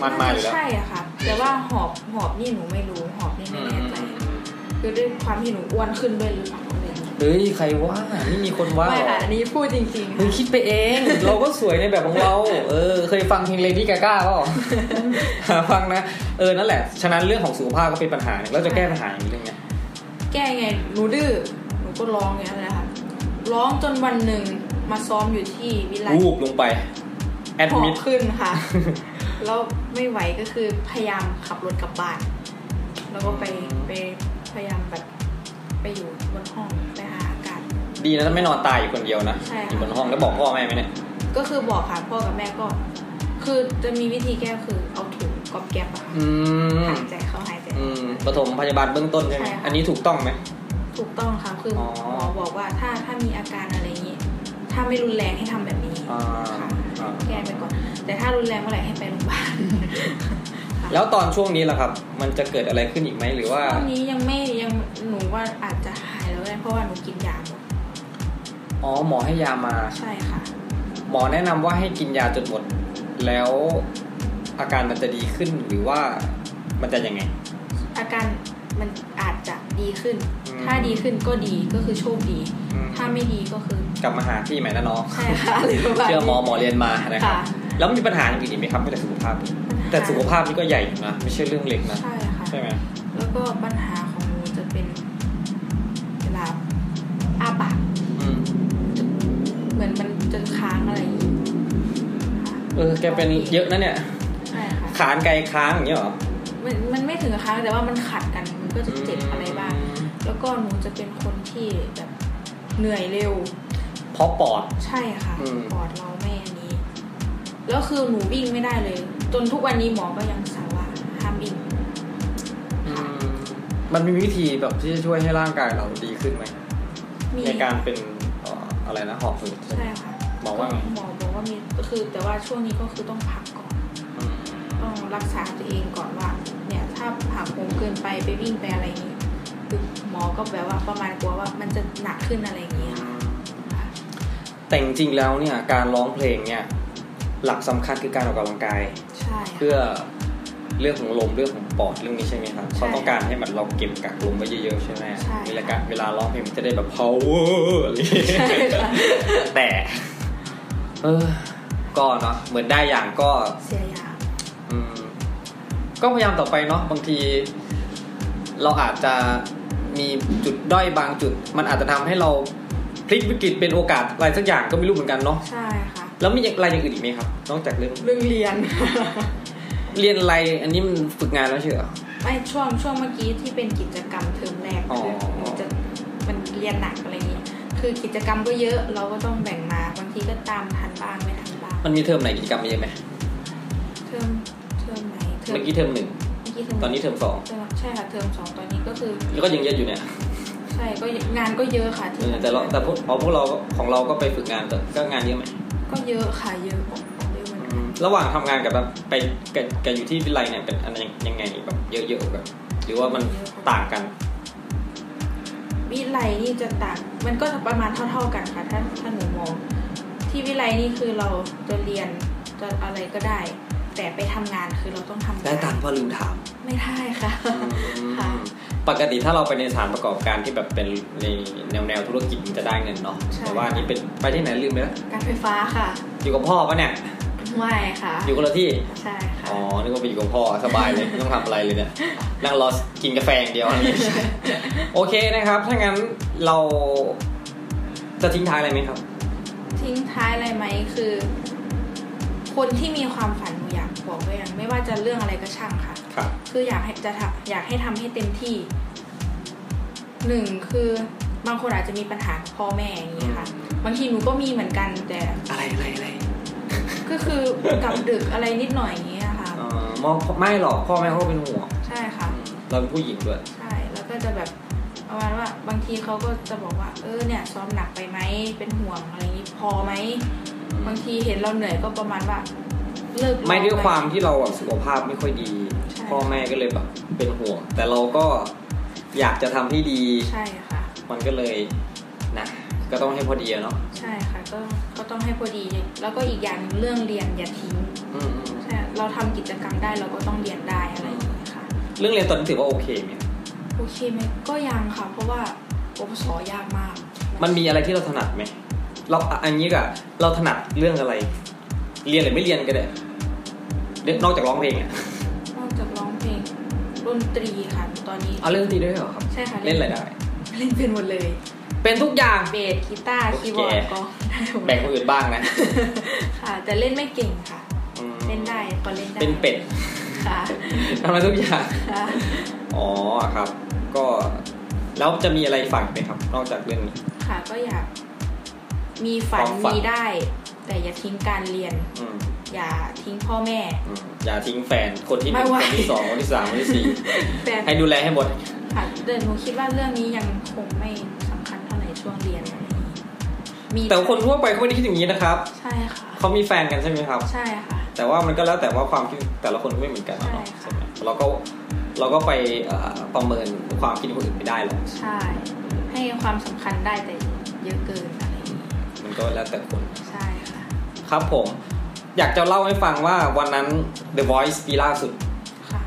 [SPEAKER 4] มันมาอยู่แล้ว
[SPEAKER 7] ใช่อะค่ะ แต่ว่าหอบหอบนี่หนูไม่รู้หอบนี่
[SPEAKER 4] อืม
[SPEAKER 7] ไม่แน่ใจ คือด้วยความที่หนูอ้วนขึ้นด้วยหรือเปล่าอะไรอย่างเงี้ย
[SPEAKER 4] เฮ้ยใครว่าไม่มีคนว่า
[SPEAKER 7] ไม่
[SPEAKER 4] หรอ
[SPEAKER 7] ค่ะอันนี้พูดจริง
[SPEAKER 4] เฮ้ยคิดไปเอง เราก็สวยในแบบของเรา เออ เคยฟังเพลงเลดี้กาก้าเปล่า
[SPEAKER 7] [LAUGHS]
[SPEAKER 4] หาฟังนะ เออนั่นแหละ ฉะนั้นเรื่องของสุขภาพก็เป็นปัญหาหนึ่งแล้วจะแก้ปัญหาอย่างนี้ได้ไง
[SPEAKER 7] ๆ แก้ไงหนูดื้อหนูก็ร้องอย่างนั้นแหละค่ะร้องจนวันหนึ่งมาซ้อมอยู่ที่วิไล
[SPEAKER 4] วูบลงไปแอด
[SPEAKER 7] หอ
[SPEAKER 4] มิ
[SPEAKER 7] บ
[SPEAKER 4] ด
[SPEAKER 7] ขึ้น
[SPEAKER 4] [LAUGHS]
[SPEAKER 7] ค่ะ แล้วไม่ไหวก็คือพยายามขับรถกลับบ้าน แล้วก็ไปไปพยายามแบบไปอยู่บนห้องไปหาอากาศ
[SPEAKER 4] ดีนะไม่นอนตายอยู่คนเดียวนะ
[SPEAKER 7] ใช่ค่ะ
[SPEAKER 4] อยู่บนห้องแล้วบอกพ่อแม่ไหมเนี่ย
[SPEAKER 7] ก็คือบอกค่ะพ่อกับแม่ก็ คือจะมีวิธีแก้คือเอาถุงกอบแก๊บอะค่ะ
[SPEAKER 4] อืม
[SPEAKER 7] หายใจเข้าหายใจอ
[SPEAKER 4] อื
[SPEAKER 7] อก
[SPEAKER 4] มปฐมพยาบาลเบื้องต้นใช่ไหม
[SPEAKER 7] ใช่ค่ะ
[SPEAKER 4] อันนี้ถูกต้องไหม
[SPEAKER 7] ถูกต้องค่ะคือหม
[SPEAKER 4] อ๋อ
[SPEAKER 7] อบอกว่าถ้าถ้ามีอาการอะไรอย่างนี้ ถ้าไม่รุนแรงให้ทำแบบนี้
[SPEAKER 4] อ่า
[SPEAKER 7] ค่ะ
[SPEAKER 4] อ่า
[SPEAKER 7] แก้ไปก่อน แต่ถ้ารุนแรงเมื่อไหร่ให้ไปโรงพยาบาลค่ะ
[SPEAKER 4] แล้วตอนช่วงนี้ล่ะครับ มันจะเกิดอะไรขึ้นอีกไหมหรือว่า
[SPEAKER 7] ตอนนี้ยังไม่ยังหนูว่าอาจจะหายแล้วก็ได้เพราะว่าหนูกินยาหมด
[SPEAKER 4] อ๋อหมอให้ยามา
[SPEAKER 7] ใช่ค่ะ
[SPEAKER 4] หมอแนะนำว่าให้กินยาจนหมด แล้วอาการมันจะดีขึ้นหรือว่ามันจะยังไง
[SPEAKER 7] อาการมันอาจจะดีขึ้น
[SPEAKER 4] อืม
[SPEAKER 7] ถ้าดีขึ้นก็ดีก็คือโชคดี
[SPEAKER 4] อืม
[SPEAKER 7] ถ้าไม่ดีก็คือก
[SPEAKER 4] ลับมาหาพี่ใหม่นะน้อง
[SPEAKER 7] ใช่ค่ะหรือ
[SPEAKER 4] [LAUGHS]
[SPEAKER 7] ว่า
[SPEAKER 4] เชื่อหมอหมอเรียนมานะครับ
[SPEAKER 7] ค่ะ
[SPEAKER 4] แล้วมีปัญหาอื่นอีกไหมครับไม่แต่สุขภาพ แต่สุขภาพนี่ก็ใหญ่อยู่นะไม่ใช่เรื่องเล็กนะ
[SPEAKER 7] ใช่ค่ะ
[SPEAKER 4] ใช่ไหม
[SPEAKER 7] แล้วก็ปัญหาของหนูจะเป็นเวลาอ้าปาก
[SPEAKER 4] อืม
[SPEAKER 7] เหมือนมันจะค้างอะไรอย่างนี้ค่ะ
[SPEAKER 4] เออแกเป็นเยอะนะเนี่ย
[SPEAKER 7] ใช่ค่ะ
[SPEAKER 4] ขานไกลค้างอย่างเงี้ยเหรอ
[SPEAKER 7] มันมันไม่ถึงกับค้างแต่ว่ามันขัดกันมันก็จะเจ็บอะไรบ้าง แล้วก็หนูจะเป็นคนที่แบบเหนื่อยเร็ว
[SPEAKER 4] เพราะปอด
[SPEAKER 7] ใช่ค่ะ
[SPEAKER 4] อืม
[SPEAKER 7] ปอดเราไม่อันนี้ แล้วคือหนูวิ่งไม่ได้เลย จนทุกวันนี้หมอก็ยังสั่งว่าห้ามวิ่ง
[SPEAKER 4] มันมีวิธีแบบที่จะช่วยให้ร่างกายเราดีขึ้นไหม
[SPEAKER 7] มี
[SPEAKER 4] ในการเป็นเอ่ออะไรนะหอบหืดใช่ไหม
[SPEAKER 7] ใช่ค่ะ
[SPEAKER 4] หมอว่าไง
[SPEAKER 7] หมอบอกว่ามีคือ แต่ว่าช่วงนี้ก็คือต้องพักก่อน
[SPEAKER 4] อืม
[SPEAKER 7] ต้องรักษาตัวเองก่อนว่า เนี่ยถ้าหักโหมเกินไปไปวิ่งไปอะไรอย่างนี้คือหมอก็แบบว่าประมาณกลัวว่ามันจะหนักขึ้นอะไรอย่างนี้ค่ะ
[SPEAKER 4] แต่จริงๆแล้วเนี่ยการร้องเพลงเนี่ยหลักสำคัญคือการออกกำลังกาย
[SPEAKER 7] ใช่ค่ะ
[SPEAKER 4] เพื่อเรื่องของลมเรื่องของปอดเรื่องนี้ใช่ไหมครับ
[SPEAKER 7] ใช่
[SPEAKER 4] เขาต้องการให้มันเราเก็บกักลมไว้เยอะๆใช่ไหม
[SPEAKER 7] ใช่
[SPEAKER 4] เวลาการเวลาร้องเพลงมันจะได้แบบ power อะไรอย่างเงี้ย
[SPEAKER 7] [LAUGHS] ใช่ค่ะ
[SPEAKER 4] แต่เออก็เนาะเหมือนได้อย่างก็
[SPEAKER 7] เสียยา
[SPEAKER 4] อืมก็พยายามต่อไปเนาะบางที เราอาจจะมีจุดด้อยบางจุด มันอาจจะทำให้เราพลิกวิกฤตเป็นโอกาสอะไรสักอย่างก็ไม่รู้เหมือนกันเนาะ
[SPEAKER 7] ใช่ค่ะ
[SPEAKER 4] แล้วมีอะไรอย่างอื่นอีกไหมครับ นอกจากเรื่อง
[SPEAKER 7] เรื่องเรียน [LAUGHS]
[SPEAKER 4] เรียนอะไรอันนี้มันฝึกงานแล้วใช่เหรอ
[SPEAKER 7] ไม่ช่วงช่วงเมื่อกี้ที่เป็นกิจกรรมเทอมแรก
[SPEAKER 4] อ๋อ
[SPEAKER 7] คือมันจะมันเรียนหนักอะไรอย่างนี้ คือกิจกรรมก็เยอะเราก็ต้องแบ่งมาบางทีก็ตามทันบ้างไม่ทันบ้าง
[SPEAKER 4] มันมีเทอมไหนกิจกรรมเยอะไหม
[SPEAKER 7] เทอมเทอมไหนเทอม
[SPEAKER 4] เมื่อกี้เทอมหนึ่ง
[SPEAKER 7] เมื่อกี้เทอม
[SPEAKER 4] ตอนนี้เทอมสอง
[SPEAKER 7] เทอมใช่ค่ะเทอมสองตอนนี้ก็คือ
[SPEAKER 4] แล้วก็ยังเยอะอยู่เนี่ย
[SPEAKER 7] ใช่ก็งานก็เยอะค่ะ
[SPEAKER 4] เอ
[SPEAKER 7] ที่
[SPEAKER 4] อแต่เราแต่พวกเอาพวกเราก็ของเราก็ไปฝึกงานแต่ก็งานเยอะไหม
[SPEAKER 7] ก็เยอะค่ะเยอะเยอะเหมือนกัน
[SPEAKER 4] ระหว่างทำงานกับแบบไปกับกับอยู่ที่วิไลเนี่ยเป็นอะไรยังไงแบบเยอะๆแบบหรือว่ามันต่างกัน
[SPEAKER 7] วิไลนี่จะต่างมันก็ประมาณเท่า ๆกันค่ะถ้าถ้าหนูมอง ที่วิไลนี่คือเราจะเรียนจะอะไรก็ได้ แต่ไปทำงานคือเราต้องทำงาน
[SPEAKER 4] ได้ตังค์พอลืมถาม
[SPEAKER 7] ไม่ได้ค่ะ ค่ะ
[SPEAKER 4] ปกติถ้าเราไปในสถานประกอบการที่แบบเป็นในแนวแนวธุรกิจมันจะได้เงินเนาะ
[SPEAKER 7] ใช่
[SPEAKER 4] แต่ว่าอันนี้เป็นไปที่ไหนลืมไปแล้ว
[SPEAKER 7] การไฟฟ้าค่ะ
[SPEAKER 4] อยู่กับพ่อปะเนี่ย
[SPEAKER 7] ไม่ค่ะ
[SPEAKER 4] อยู่คนละที่
[SPEAKER 7] ใช่ค่ะ
[SPEAKER 4] อ๋อนึกว่าไปอยู่กับพ่อสบายเลยไม่ต้องทำอะไรเลยเนี่ยนั่งรอกินกาแฟอย่างเดียวอันนี้โอเคนะครับถ้างั้นเราจะทิ้งท้ายอะไรไหมครับ
[SPEAKER 7] ทิ้งท้ายอะไรไหมคือ คนที่มีความฝันหนูอยากบอกไว้อย่างไม่ว่าจะเรื่องอะไรก็ช่างค่ะ
[SPEAKER 4] ครับ
[SPEAKER 7] คืออยากให้จะทำอยากให้ทำให้เต็มที่หนึ่งคือบางคนอาจจะมีปัญหากับพ่อแม่อย่างนี้ค่ะ บางทีหนูก็มีเหมือนกันแต่
[SPEAKER 4] อะไรอะไรอะไร
[SPEAKER 7] ก็คือกลับดึกอะไรนิดหน่อยอย่างนี้ยค่ะ
[SPEAKER 4] เอ่อมองไม่หรอกพ่อแม่เขาก็เป็นห่วง
[SPEAKER 7] ใช่ค่ะ
[SPEAKER 4] เราเป็นผู้หญิงด้วย
[SPEAKER 7] ใช่ แล้วก็จะแบบประมาณว่าบางทีเขาก็จะบอกว่า เออเนี่ยซ้อมหนักไปไหมเป็นห่วงอะไรนี้พอไหมบางทีเห็นเราเหนื่อยก็ประมาณว่าเลิก
[SPEAKER 4] ไม่ด้วยความที่เราแบบสุขภาพไม่ค่อยดี
[SPEAKER 7] ใช่
[SPEAKER 4] พ่อแม่ก็เลยแบบเป็นห่วง แต่เราก็อยากจะทำให้ดี
[SPEAKER 7] ใช่ค่ะ
[SPEAKER 4] มันก็เลยนะก็ต้องให้พอดีอะเนาะ
[SPEAKER 7] ใช่ค่ะ ก็ก็ต้องให้พอดี แล้วก็อีกอย่างหนึ่งเรื่องเรียนอย่าทิ้ง
[SPEAKER 4] อืมอืม
[SPEAKER 7] ใช่เราทำกิจกรรมได้เราก็ต้องเรียนได้อะไรอย่างนี้ยค่ะ
[SPEAKER 4] เรื่องเรียนตอนนี้ถือว่าโอเคไหม
[SPEAKER 7] โอเคไหมก็ยังค่ะ เพราะว่าปวสยากมาก
[SPEAKER 4] มันมีอะไรที่เราถนัดไหม เราอ่ะอันนี้ก็เราถนัดเรื่องอะไร เรียนหรือไม่เรียนก็ได้เรื่องนอกจากร้องเพลงอะ
[SPEAKER 7] นอกจากร้องเพลงดนตรีค่ะ ตอนนี้
[SPEAKER 4] เอาเล่นดนตรีด้วยเหรอครับ
[SPEAKER 7] ใช่ค่ะ
[SPEAKER 4] เล่นอะไรได้
[SPEAKER 7] เล่นเป็นหมดเลย
[SPEAKER 4] เป็นทุกอย่าง
[SPEAKER 7] เบสกีตาร์
[SPEAKER 4] โอเค
[SPEAKER 7] คีย์บอร์ดก็ [LAUGHS] ได้หมด
[SPEAKER 4] แบ่งคนอื่นบ้างนะ
[SPEAKER 7] ค่ะ แต่เล่นไม่เก่งค่ะ
[SPEAKER 4] อืม
[SPEAKER 7] เล่นได้พอเล่นได้
[SPEAKER 4] เป็นเป็ด
[SPEAKER 7] ค่ะ
[SPEAKER 4] ทำอะไรทุกอย่าง
[SPEAKER 7] ค่ะ
[SPEAKER 4] อ๋อครับ ก็แล้วจะมีอะไรฝากไหมครับ นอกจากเรื่องนี้
[SPEAKER 7] ค่ะก็อยากมีฝัน
[SPEAKER 4] ความฝัน
[SPEAKER 7] มีได้ แต่อย่าทิ้งการเรียน
[SPEAKER 4] อืม
[SPEAKER 7] อย่าทิ้งพ่อแม่
[SPEAKER 4] อืมอย่าทิ้งแฟนคนที่ห
[SPEAKER 7] ไม่
[SPEAKER 4] นึ่ง
[SPEAKER 7] ไหว
[SPEAKER 4] คนที่สองคนที่สามคนที่สี่
[SPEAKER 7] [LAUGHS] แฟน
[SPEAKER 4] ให้ดูแลให้หมด
[SPEAKER 7] ค่ะเดินหนูคิดว่าเรื่องนี้ยังคงไม่สำคัญเท่าไหร่ช่วงเรียนอะไรอย่างนี้มี
[SPEAKER 4] แต่ว่าคนทั่วไปเขาไม่ได้คิดอย่างนี้นะครับ
[SPEAKER 7] ใช่ค่ะ
[SPEAKER 4] เขามีแฟนกันใช่ไหมครับ
[SPEAKER 7] ใช่ค่ะ
[SPEAKER 4] แต่ว่ามันก็แล้วแต่ว่าความคิดแต่ละคนก็ไม่เหมือนกันเนาะ
[SPEAKER 7] ใช่
[SPEAKER 4] ใช่ไหม
[SPEAKER 7] ค่ะ
[SPEAKER 4] เราก็เราก็ไปเอ่อประเมินความคิดคนอื่นไม่ได้หรอก
[SPEAKER 7] ใช่ ให้ความสำคัญได้แต่เยอะเกินอะไรอย่างนี้
[SPEAKER 4] มันก็แล้วแต่คน
[SPEAKER 7] ใช่ค่ะ
[SPEAKER 4] ครับผม อยากจะเล่าให้ฟังว่าวันนั้น The Voice ปีล่าสุด
[SPEAKER 7] ค่ะ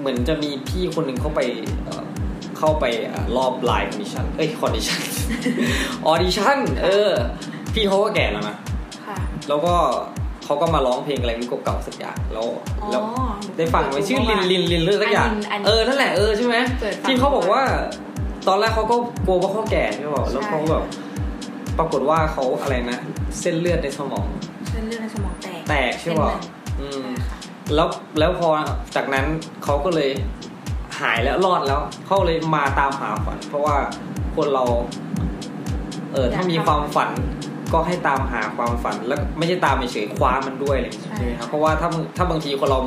[SPEAKER 4] เหมือนจะมีพี่คนหนึ่งเข้าไปเอ่อเข้าไปเอ่อรอบไลน์คอนดิชันเอ้ยคอนดิชัน [LAUGHS] ออดิชันเออ พี่เขาก็แก่แล้วนะ
[SPEAKER 7] ค่ะ
[SPEAKER 4] แล้วก็เขาก็มาร้องเพลงอะไรไม่รู้เก่าๆสักอย่างแล้ว
[SPEAKER 7] อ๋อ
[SPEAKER 4] แล้วได้ฟังไหมชื่อลินลินลินเลือกสักอย่าง
[SPEAKER 7] อันลินอันลิน
[SPEAKER 4] เออนั่นแหละเออใช่ไหม
[SPEAKER 7] เปิดฟัง
[SPEAKER 4] ที่เขาบอกว่า ตอนแรกเขาก็กลัวว่าเขาแก่ใช่ป่ะแล้ว
[SPEAKER 7] ใช่
[SPEAKER 4] เขาแบบปรากฏว่าเขาอะไรนะ เส้นเลือดในสมอง
[SPEAKER 7] เส้นเลือดในสมองแตก
[SPEAKER 4] แตกใช่ป่ะอืม
[SPEAKER 7] ใช่ค่ะ
[SPEAKER 4] แล้วแล้วพอจากนั้นเขาก็เลยหายแล้วรอดแล้วเขาเลยมาตามหาฝัน เพราะว่าคนเรา เออถ้ามีความฝันก็ให้ตามหาความฝัน แล้วไม่ใช่ตามเฉยๆคว้ามันด้วยอะไรอย่างเงี้ยใช่ไหมครับเพราะว่าถ้ามึงถ้าบางทีคนเรา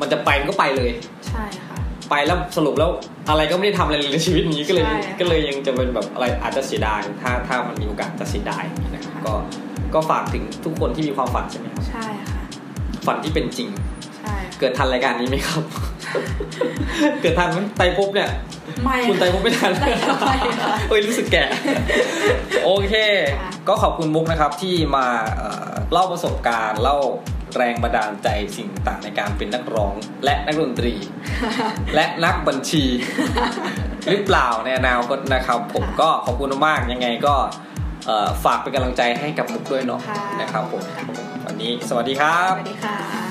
[SPEAKER 4] มันจะไปมันก็ไปเลย
[SPEAKER 7] ใช่ค่ะ
[SPEAKER 4] ไปแล้วสรุปแล้วอะไรก็ไม่ได้ทำอะไรเลยในชีวิตนี้ก็เลย
[SPEAKER 7] ใช่
[SPEAKER 4] ก็เลยยังจะเป็นแบบอะไรอาจจะเสียดายถ้าถ้ามันมีโอกาสจะเสียดายนะครับก็ก็ฝากถึงทุกคนที่มีความฝันใช่ไหมครับ
[SPEAKER 7] ใช่ค่ะ
[SPEAKER 4] ฝันที่เป็นจริง
[SPEAKER 7] ใช่ค่ะ
[SPEAKER 4] เกิดทันรายการนี้ไหม [LAUGHS] ครับ เกิดทันไหมไตรภพบเนี่ย
[SPEAKER 7] ไม่
[SPEAKER 4] คุณไตรภ
[SPEAKER 7] ค่ะ
[SPEAKER 4] พบไม่ทัน
[SPEAKER 7] ไม่ทันค่ะ
[SPEAKER 4] เอ้ยรู้สึกแก่ โอเค
[SPEAKER 7] ค่ะ
[SPEAKER 4] ก็ขอบคุณมุกนะครับที่มาเอ่อเล่าประสบการณ์เล่าแรงบันดาลใจสิ่งต่างในการเป็นนักร้อง และนักดนตรี และนักบัญชี หรือเปล่าในอนาคตนะครับ ผมก็ขอบคุณมากยังไงก็เอ่อฝากเป็นกำลังใจให้กับมุกด้วยเนาะ
[SPEAKER 7] ค่ะ
[SPEAKER 4] นะครับผม
[SPEAKER 7] ค่ะ
[SPEAKER 4] วันนี้สวัสดีครับ
[SPEAKER 7] สวัสดีค่ะ